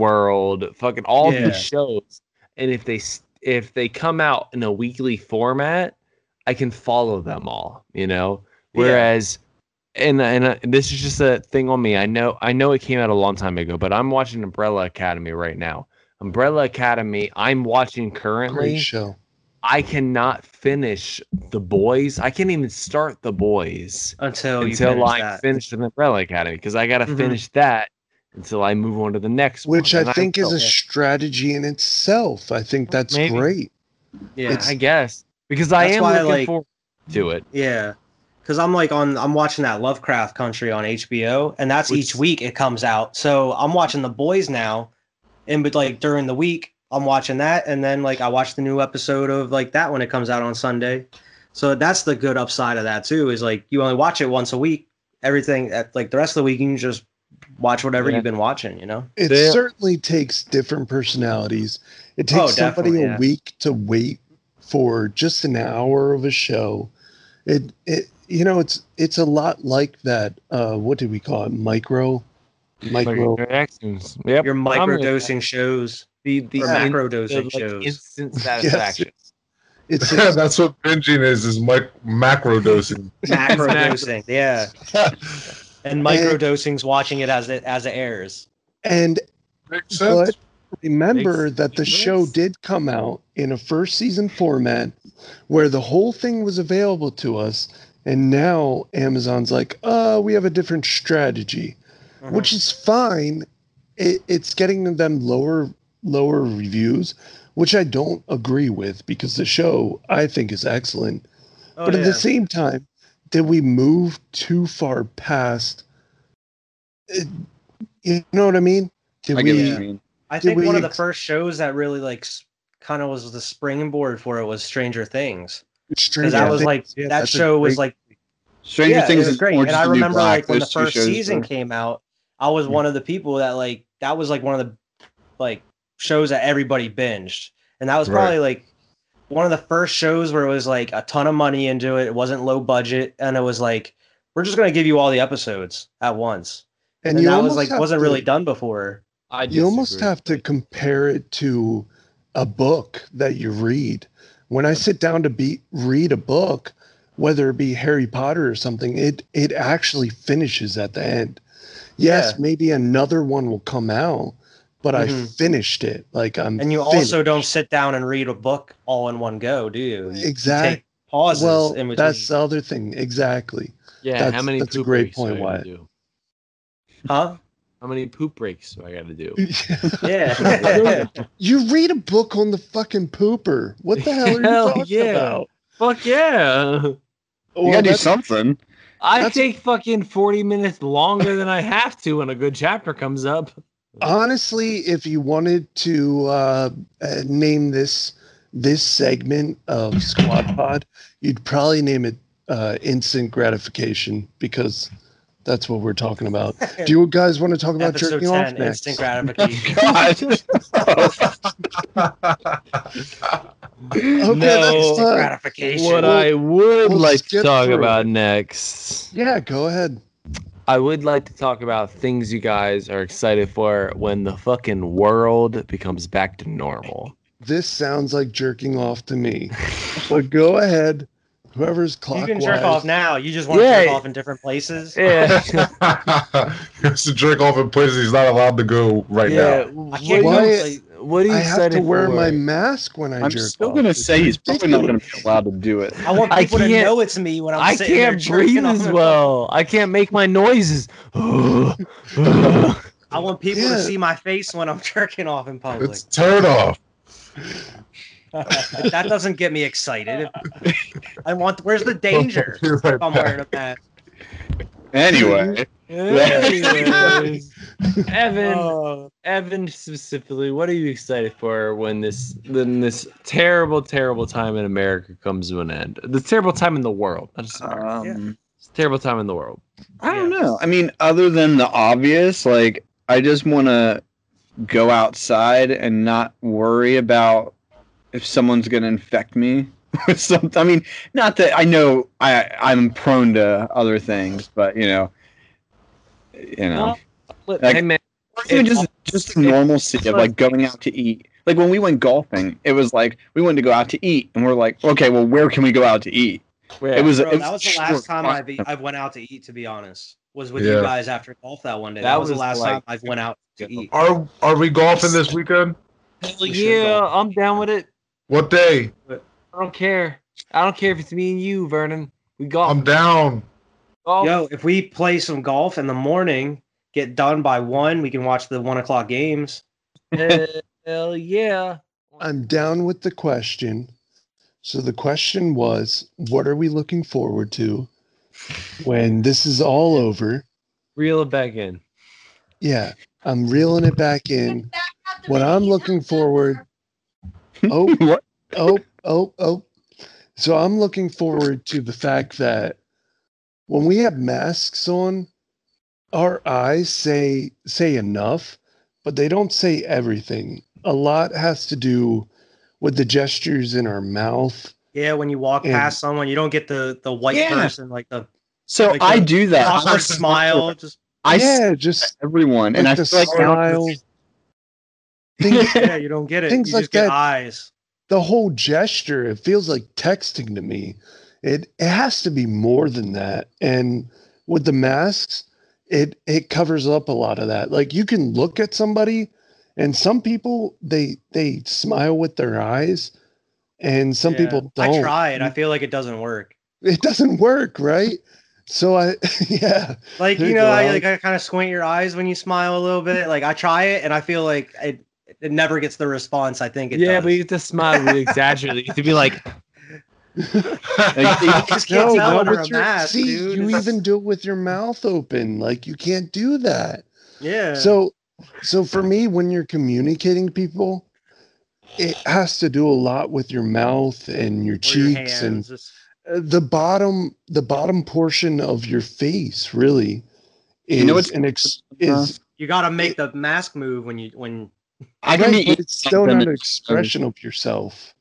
Westworld, fucking all
Yeah.
these shows. And if they s- if they come out in a weekly format, I can follow them all. You know,
Yeah.
whereas and and uh, this is just a thing on me. I know I know it came out a long time ago, but I'm watching Umbrella Academy right now. Umbrella Academy, I'm watching currently.
great show
I cannot finish the boys. I can't even start the boys
until Oh, you
until
finish
I
that.
finish the Umbrella Academy because I got to
Mhm.
finish that until I move on to the next one,
which I
and
think is a
will.
strategy in itself. I think that's
Maybe.
great.
yeah,
I guess because I
That's
am
why I
looking
like-
forward to it.
yeah. Because I'm like on, I'm watching that Lovecraft Country on HBO, and that's
Which-
each week it comes out. So I'm watching The Boys now, and but like during the week I'm watching that, and then like I watch the new episode of like that when it comes out on Sunday. So that's the good upside of that too is like you only watch it once a week. Everything at like the rest of the week you can just watch whatever
Yeah.
you've been watching. You know?
It
There-
certainly takes different personalities. It
Oh,
takes somebody
definitely,
a
yeah.
week to wait for just an hour of a show. It it you know it's it's a lot like that. Uh, what did we call it? Micro, micro.
Microtransactions. Yep.
Your
I'm
micro
with that.
dosing shows
the the,
or
in-
macro
the,
dosing
like,
shows.
instant satisfaction.
It's it's,
That's what binging is, is mic- macro dosing.
macro dosing, yeah.
Makes
And micro dosing's watching it as it as it airs.
and
sense.
But remember
Makes
that the show
sense.
did come out in a first season format where the whole thing was available to us. And now Amazon's like, uh, we have a different strategy, Mm-hmm.
Mm-hmm.
which is fine. It, it's getting them lower, lower reviews, which I don't agree with because the show I think is excellent.
Oh,
but at
yeah.
the same time, did we move too far past? it- You know what I mean? Did we?
I get what you mean.
I
Did
think one
we
of the
ex-
first shows that really like kind of was the springboard for it was Stranger Things.
Stranger
Because that was
Things.
like
Yeah,
that
that's a
show was
great-
like
Stranger
yeah,
Things
it was
is
great.
Orange
And I
is the New
remember
Black.
like when the
Those two
first
shows
season
were-
came out, I was one of the people that like that was like one of the like shows that everybody binged. And that was
Right.
probably like one of the first shows where it was like a ton of money into it. It wasn't low budget and it was like we're just gonna give you all the episodes at once. And, that was
almost
like
have
wasn't
to-
really done before.
I
You almost
disagree.
have to compare it to a book that you read. When I sit down to be read a book, whether it be Harry Potter or something, it it actually finishes at the end. Yes,
Yeah.
maybe another one will come out, but I
Mhm.
finished it. Like I'm
And you
finished.
also don't sit down and read a book all in one go, do you? You
Exact-
take pauses
well,
in between.
that's the other thing. Exactly.
Yeah,
That's-
how many
that's a
poop
great
breaks
point,
do I gotta
Wyatt.
do?
huh?
How many poop breaks do I got to do?
Yeah.
you read a book on the fucking pooper. What the hell are you
Hell
talking
yeah.
about?
Fuck yeah!
Well,
You gotta do
that's-
something.
I
That's-
take fucking forty minutes longer than I have to when a good chapter comes up.
honestly if you wanted to uh, uh, name this this segment of squad pod you'd probably name it uh, instant gratification because that's what we're talking about do you guys want to talk about
Episode
jerking off
ten,
next
instant gratification.
God.
okay
No.
that's fine.
gratification.
What I would
we'll
like to
skip
talk
through
about next,
yeah go ahead
I would like to talk about things you guys are excited for when the fucking world becomes back to normal.
this sounds like jerking off to me but go ahead whoever's
you
clockwise
can jerk off now. You just want to
Yeah.
jerk off in different places.
Yeah.
he has to jerk off in places he's not allowed to go right
yeah.
now.
What,
I
are
can't
you-
Why-
like, what are you
i have
excited
to wear
for?
my mask when i
I'm
jerk
still
off.
gonna
It's
say he's probably not gonna be
ridiculous.
allowed to do it.
I want
I
people to
can't-
know it's me when I'm
I
sitting there
can't
jerking
breathe
off.
as well. I can't make my noises. That's
I want people
Yeah.
to see my face when I'm jerking off in public.
It's turn off.
that doesn't get me excited. I want. Where's the danger?
Be right
If I'm
back.
wearing a mask.
Anyway,
Anyways, Evan,
Oh.
Evan specifically, what are you excited for when this when this terrible, terrible time in America comes to an end? This terrible time in the world, not just America.
um,
It's a terrible time in the world.
I don't know. I mean, other than the obvious, like I just want to go outside and not worry about if someone's gonna infect me with something. I mean, not that I know I I'm prone to other things, but you know, you know.
Well, Look,
Like-
hey man,
Or even
It-
just just the normalcy of like going out to eat. Like when we went golfing, it was like we wanted to go out to eat, and we're like, okay, well, where can we go out to eat?
yeah.
It was
Bro,
it
that was the last time I be, I went out to eat. To be honest, was with
Yeah.
you guys after golf that one day.
That
That, was,
was
the last
like-
time I went out to eat.
Are are we golfing this weekend?
Hell yeah, I'm down with it.
What day?
I don't care. I don't care if it's me and you, Vernon. We
I'm
golf.
down.
golf.
Yo, if we play some golf in the morning, get done by one, we can watch the one o'clock games.
Hell yeah.
I'm down with the question. So the question was, what are we looking forward to when this is all over?
Reel it back in.
Yeah, I'm reeling it back in. What I'm looking forward. Oh,
What?
oh, oh, oh. So I'm looking forward to the fact that when we have masks on, our eyes say say enough, but they don't say everything. A lot has to do with the gestures in our mouth.
Yeah, when you walk
Yeah.
past someone, you don't get the the white
Yeah.
person like the
So
Like
I
the-
do that.
awkward smile. Just
I s-
yeah, just
everyone, and I
like the
feel like
smile. Things,
yeah, you don't get it.
Things
you
like
just get
that.
eyes.
the whole gesture, it feels like texting to me. It it has to be more than that. And with the masks, it it covers up a lot of that. Like you can look at somebody and some people they they smile with their eyes and some
Yeah.
people don't.
I tried. I feel like it doesn't work.
It doesn't work, right? So I yeah.
Like
There
you
you
know,
go,
I, like
Alex.
I kind of squint your eyes when you smile a little bit. Like I try it, and I feel like it it never gets the response I think it
yeah,
does.
but you have to smile really exaggeratedly. You have to be like,
you just can't
No,
tell
no,
under
with
a
your-
mask,
see,
dude.
you
It's-
even do it with your mouth open. Like you can't do that.
yeah.
So, so for me, when you're communicating to people, it has to do a lot with your mouth and your
Or your
cheeks and
hands, just-
uh, the bottom, the bottom portion of your face. Really, is
You know what's-
an ex- is
you got to make the mask move when you when
I can
right,
be.
but it's still
them
not an
in-
expression of yourself.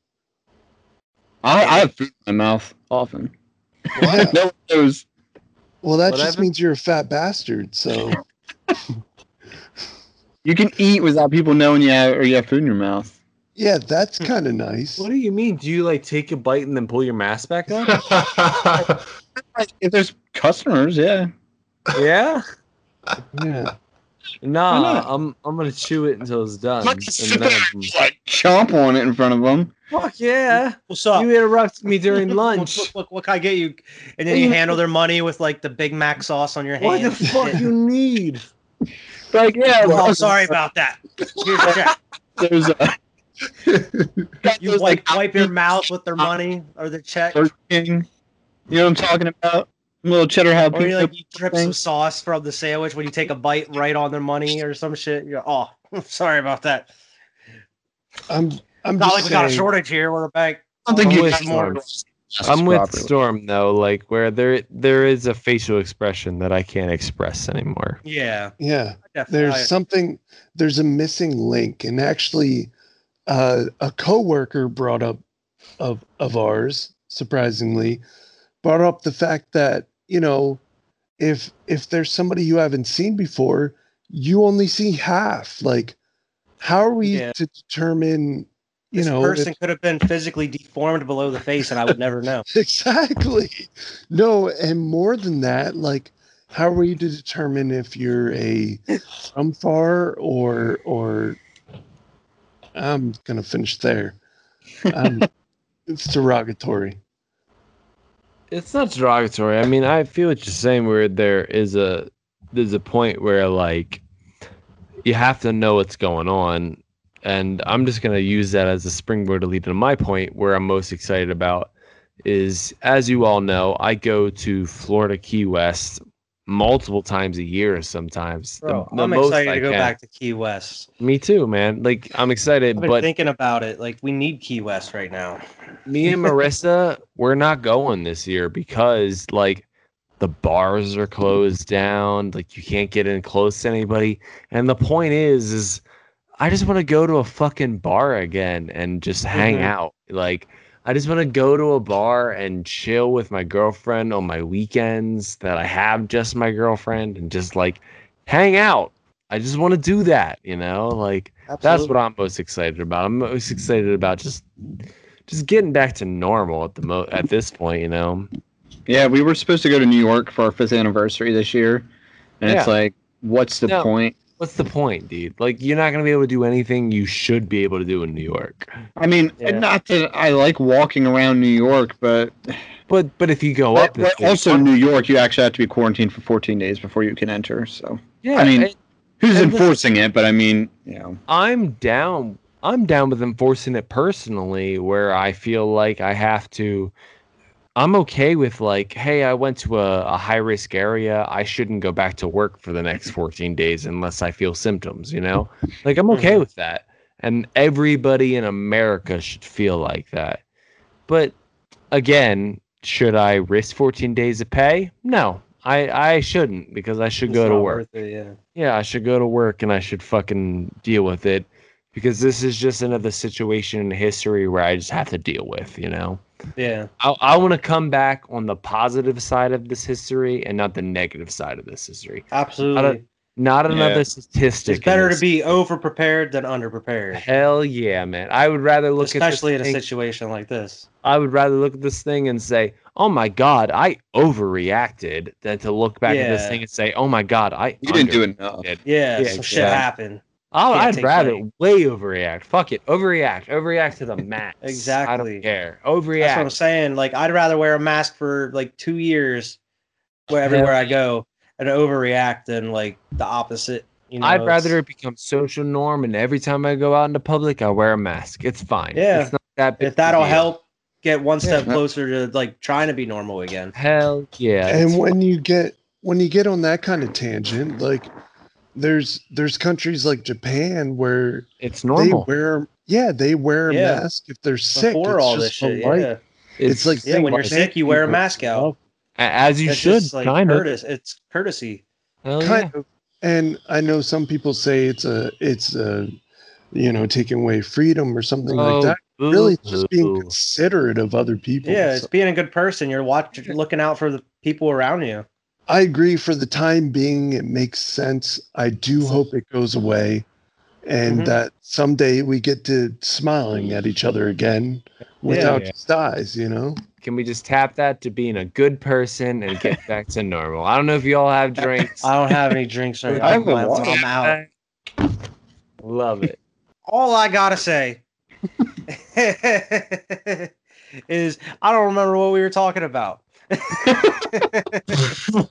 I, I have food in my mouth often.
Yeah.
no one knows.
Well, that just
Whatever.
means you're a fat bastard. So,
You can eat without people knowing you have, or you have food in your mouth.
yeah, that's kind of nice.
What do you mean? Do you like take a bite and then pull your mask back up?
If there's customers, yeah.
yeah,
Yeah,
Why
nah,
not?
I'm I'm gonna chew it until it's done.
Like,
and then-
like chomp on it in front of them.
fuck yeah!
what's up?
You interrupt me during lunch.
What, what, what can I get you? And then you handle their money with like the Big Mac sauce on your
what
hand.
the fuck you need?
Like yeah,
Well, I'm sorry about that. Here's a check.
there's uh,
You
there's,
wipe, wipe your mouth with their money or their check, or
Burger King. You know what I'm talking about? Little cheddar
you
jalapeno.
like you drip
thing.
some sauce from the sandwich when you take a bite right on their money or some shit. You're oh, sorry about that.
I'm. I'm
Not
just
like we got a
saying-
shortage here. We're a bank.
I don't think
I'm
you
with
have more.
I'm with
properly.
Storm though, like where there there is a facial expression that I can't express anymore.
Yeah,
Yeah.
definitely.
there's something there's a missing link and actually uh, a coworker brought up of of ours surprisingly brought up the fact that you know if if there's somebody you haven't seen before you only see half like how are we
Yeah.
to determine you
this
know if-
person could have been physically deformed below the face, and I would never know.
exactly no and more than that like how are you to determine if you're a from far or or i'm gonna finish there um, it's derogatory
It's not derogatory. I mean, I feel what you're saying where there is a there's a point where like you have to know what's going on. And I'm just gonna use that as a springboard to lead into my point where I'm most excited about is as you all know, I go to Florida Key West multiple times a year sometimes. The-
Bro,
the
I'm
most
excited
I
to go
can.
back to Key West.
Me too, man. Like I'm excited,
I've been
but
thinking about it. Like we need Key West right now.
me and Marissa, we're not going this year because like the bars are closed down, like you can't get in close to anybody. And the point is is I just want to go to a fucking bar again and just hang
Mhm.
out. Like I just want to go to a bar and chill with my girlfriend on my weekends that I have just my girlfriend and just like hang out. I just want to do that, you know? Like that's what I'm most excited about. I'm most excited about just just getting back to normal at the mo at this point, you know.
Yeah, we were supposed to go to New York for our fifth anniversary this year, and it's like, what's the
No.
point?
What's the point, dude? Like, you're not gonna be able to do anything you should be able to do in New York.
I mean,
Yeah.
not that I like walking around New York, but
But but if you go
But-
up, this
but
way-
also in New York, you actually have to be quarantined for 14 days before you can enter. So
yeah,
I mean-
and
who's
And listen-
enforcing it? But I mean, you know,
I'm down. I'm down with enforcing it personally, where I feel like I have to. I'm okay with like, hey, I went to a, a high risk area. I shouldn't go back to work for the next 14 days unless I feel symptoms. You know, like I'm okay with that, and everybody in America should feel like that. But again, should I risk 14 days of pay? No, I I shouldn't because I should
It's
go to
not
work
worth it, yeah.
yeah, I should go to work and I should fucking deal with it because this is just another situation in history where I just have to deal with, you know?
Yeah.
I, I want to come back on the positive side of this history and not the negative side of this history.
Absolutely.
Not
Yeah.
another
It's
statistic. in
better
this.
to be over prepared than under prepared.
Hell yeah, man. I would rather look
Especially in
at
a
this thing-
situation like this.
I would rather look at this thing and say, "Oh my god, I overreacted," than to look back at this
Yeah.
thing and say, "Oh my god, I
you didn't do
underreacted."
enough.
Yeah,
Yeah,
some shit
exactly.
happened.
I'll,
Can't
Oh, I'd
take
rather
credit.
way overreact. Fuck it. Overreact. Overreact to the max. I
Exactly.
don't care.
That's what I'm
Overreact.
saying. Like I'd rather wear a mask for like two years where everywhere I go and overreact than like the opposite. You know,
I'd rather
It's-
it become social norm and every time I go out into public I wear a mask. It's fine.
Yeah.
It's not that big. of
if
a
that'll
deal.
help get one step
Yeah.
closer to like trying to be normal again.
Hell yeah.
and
it's-
when you get when you get on that kind of tangent like there's there's countries like japan where
it's normal.
they wear yeah they wear a
Yeah.
mask if they're sick
Before
it's
all
just
this shit,
polite.
yeah,
it's like
yeah. When you're
like
sick, you wear a
people-
mask out.
as you
It's
should
just, like,
kind of.
courtes- It's courtesy.
Hell Oh, yeah.
kind of and i know some people say it's a it's a you know taking away freedom or something like that
Oh,
really it's just being
boo-hoo.
considerate of other people
Yeah,
So
it's being a good person. You're watching, looking out for the people around you.
i agree for the time being it makes sense i do hope it goes away and
Mm-hmm.
Mhm.
that someday we get to smiling at each other again without
Yeah.
just eyes you know
Can we just tap that to being a good person and get back to normal? I don't know if you all have drinks.
I don't have any drinks right now.
I have a
I'm-
lot.
I'm out.
Love it.
all I gotta say is I don't remember what we were talking about.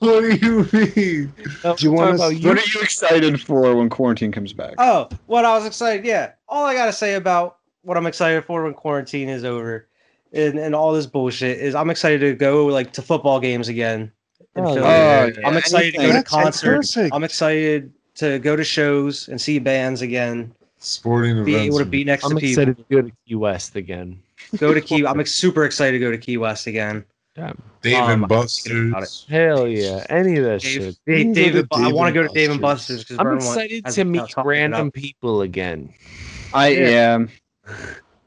what do you mean?
Do you want us-
Talk about
What are you excited for when quarantine comes back?
Oh, what I was excited. Yeah, all I gotta say about what I'm excited for when quarantine is over and, and all this bullshit is I'm excited to go like to football games again. in
Oh,
Philly.
yeah.
uh, I'm excited to go to
That's
concerts.
perfect.
I'm excited to go to shows and see bands again.
Sporting events.
Be able to be next
I'm
to people.
excited to go to Key West again.
Go to Key. I'm ex- super excited to go to Key West again.
Dave
um,
and Buster's.
Hell yeah, any of
Dave,
that shit.
Dave,
can go
David,
to
Bu- I
Dave
want to
and
go to Dave and
Buster's.
Buster's because
I'm excited to meet random people again.
I
Yeah.
am.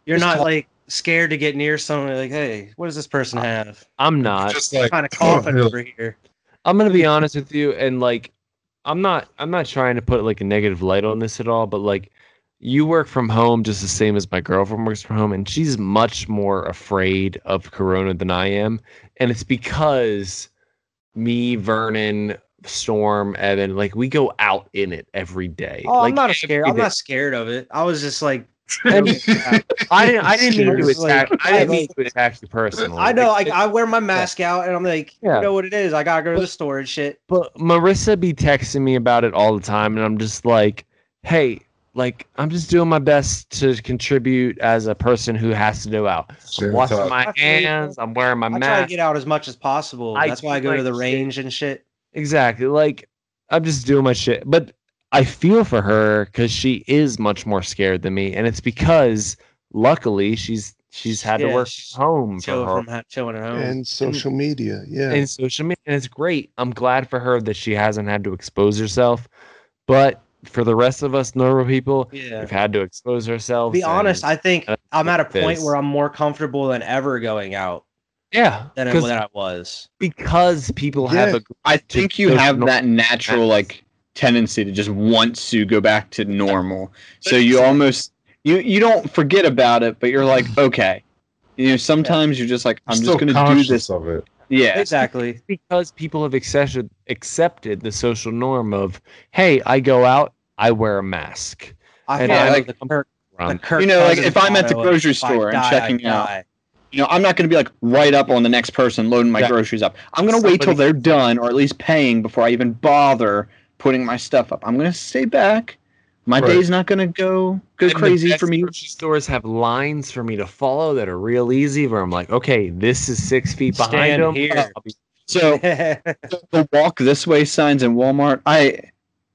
You're
Just
not
talk-
like scared to get near someone. Like, hey, what does this person have?
I'm not.
Just like
Kind of coughing
really.
over here.
I'm gonna be honest with you, and like, I'm not. I'm not trying to put like a negative light on this at all, but like, you work from home just the same as my girlfriend works from home, and she's much more afraid of Corona than I am, and it's because me, Vernon, Storm, Evan, like we go out in it every day.
Oh,
like,
I'm not scared.
every
I'm
day.
not scared of it. I was just like,
I didn't. I didn't mean to
Seriously.
attack. I
Like-
didn't mean to attack you personally.
I know. I,
Like,
I wear my mask out, and I'm like,
Yeah.
you know what it is. I gotta go to the store and shit.
but Marissa be texting me about it all the time, and I'm just like, hey, like I'm just doing my best to contribute as a person who has to go out. I'm
Sure,
washing
thought-
my
I feel you.
hands. I'm wearing my
I try to
mask.
get out as much as possible.
I
That's why I
do
go to
like
the
shit.
range and shit.
Exactly. Like I'm just doing my shit, but I feel for her because she is much more scared than me, and it's because luckily she's she's had to
Yeah,
work
she's
from home for
Chilling
her
from ha- chilling at home.
and social media yeah
and social media. And it's great. I'm glad for her that she hasn't had to expose herself. But for the rest of us normal people,
yeah.
we've had to expose ourselves.
Be honest. I think
and
I'm at a
this.
point where I'm more comfortable than ever going out
yeah,
than, I-
'cause-
than I was.
because people
Yeah.
have a
I think you
There's
have
no-
that natural like tendency to just want to go back to normal. So you almost you you don't forget about it, but you're like, okay. You know, sometimes you're just like, I'm
still
just gonna do
conscious
this.
of it.
Yeah.
Exactly.
because people have accepted accepted the social norm of hey, I go out, I wear a mask.
I
And
follow
I like-
the, Kirk, the
Ron.
Kirk
You know, like,
Cousins
if I'm at the
motto of,
grocery
"If I
store and
die, I
checking out,
die."
you know, I'm not going to be like right up on the next person loading my
Yeah.
groceries up. I'm going to wait till they're done or at least paying before I even bother putting my stuff up. I'm going to stay back. My
Right.
day's not going to go go
And the
crazy
best
for me.
Grocery stores have lines for me to follow that are real easy. Where I'm like, okay, this is six feet behind
Stand
them.
here.
So the walk this way signs in Walmart, I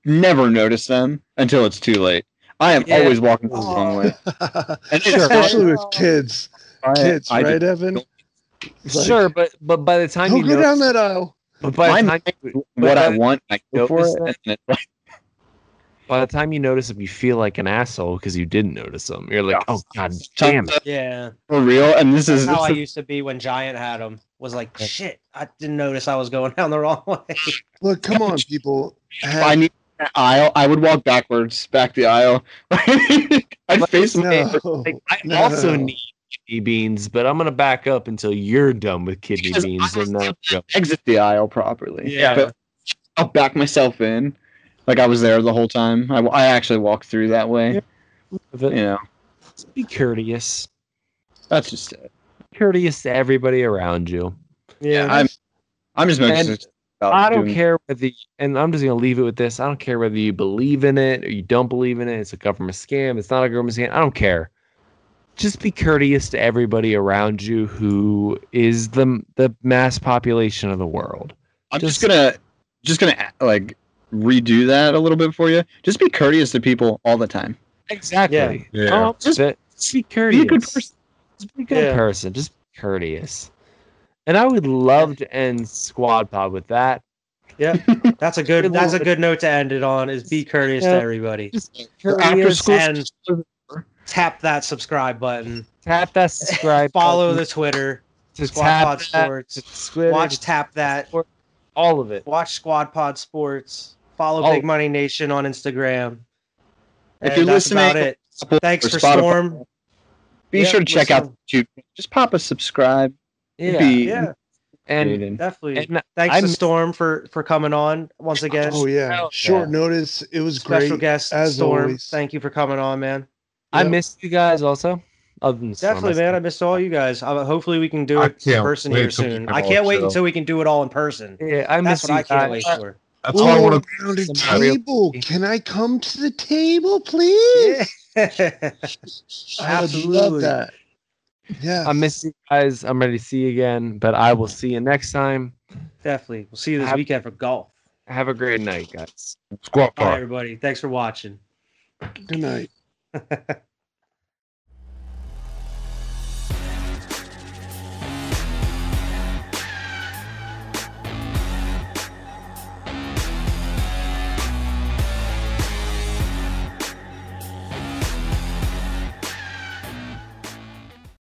never notice them until it's too late. I am
Yeah.
always walking the wrong way. And it's
Especially
fine.
with kids. Kids,
I- I
right,
do.
Evan? Like,
sure, but but by the time
Don't
you
go
notice,
down that aisle.
but by the
My
time, you-
What I
but-
want, I go for
Notice
it.
that?
and it-
by the time you notice them, you feel like an asshole because you didn't notice them. You're like, oh god, damn it.
yeah,
for real. And this
that's
is
how I
this is-
used to be when Giant had him. Was like, shit, I didn't notice I was going down the wrong way.
Look, come on, people.
if I
Have,
need that aisle. I would walk backwards, back the aisle. I'd face my neighbor.
no.
Like, I
No.
also need kidney beans, but I'm gonna back up until you're done with kidney
Because
beans,
I-
and then I'll go.
exit the aisle properly.
Yeah.
but I'll back myself in. Like I was there the whole time. I, I actually walked through that way.
But
You know,
just be courteous,
that's just it.
courteous to everybody around you.
Yeah,
I'm I'm just making.
And
sense about
I don't
doing-
care whether, you- and I'm just gonna leave it with this. I don't care whether you believe in it or you don't believe in it. It's a government scam. It's not a government scam. I don't care. Just be courteous to everybody around you who is the the mass population of the world.
I'm just,
just-
gonna just gonna like redo that a little bit for you. Just be courteous to people all the time.
Exactly.
Yeah.
Um,
Oh, just, just be courteous.
Be a good person.
Just be a good
Yeah.
person. Just be courteous. And I would love to end Squad Pod with that.
that's a good. That's a good note to end it on. Is be courteous
Yeah.
to everybody.
Just be
After
courteous.
school,
And tap that subscribe button.
Tap that subscribe.
Follow
button
the Twitter.
to
Squad
tap
Pod
that,
Sports.
to Twitter,
Watch
to
Tap That.
all of it.
Watch Squad Pod Sports. Follow
Oh.
Big Money Nation on Instagram.
If
And
you're
that's
listening,
about it. Thanks
or
for
Spotify.
Storm.
Be
Yeah,
sure to check out YouTube. Just pop a subscribe.
Yeah.
Be
Yeah,
And,
appreciated.
definitely.
and
Thanks
I
to
miss-
Storm for for coming on once again.
Oh, yeah.
Yeah.
Short notice. It was
Special
great.
guest
as
Storm.
always.
Thank you for coming on, man.
I
Yep.
miss you guys also. Other than Storm,
Definitely,
I-
man. I missed all you guys. Uh, hopefully, we can do
I
it in
can't
person
wait
here
till we
soon.
can
I
all
can't wait
chill.
until we can do it all in person.
Yeah, I
That's
miss
what I
you guys.
can't wait for.
That's why I want to.
Ooh, rounded
some real-
table. Can I come to the table, please? I would love
Absolutely.
that. Yeah.
I miss you guys. I'm ready to see you again, but I will see you next time.
Definitely. We'll see you this
Have-
weekend for golf.
Have a great night, guys.
Squat
All right,
park.
everybody. Thanks for watching.
Good night.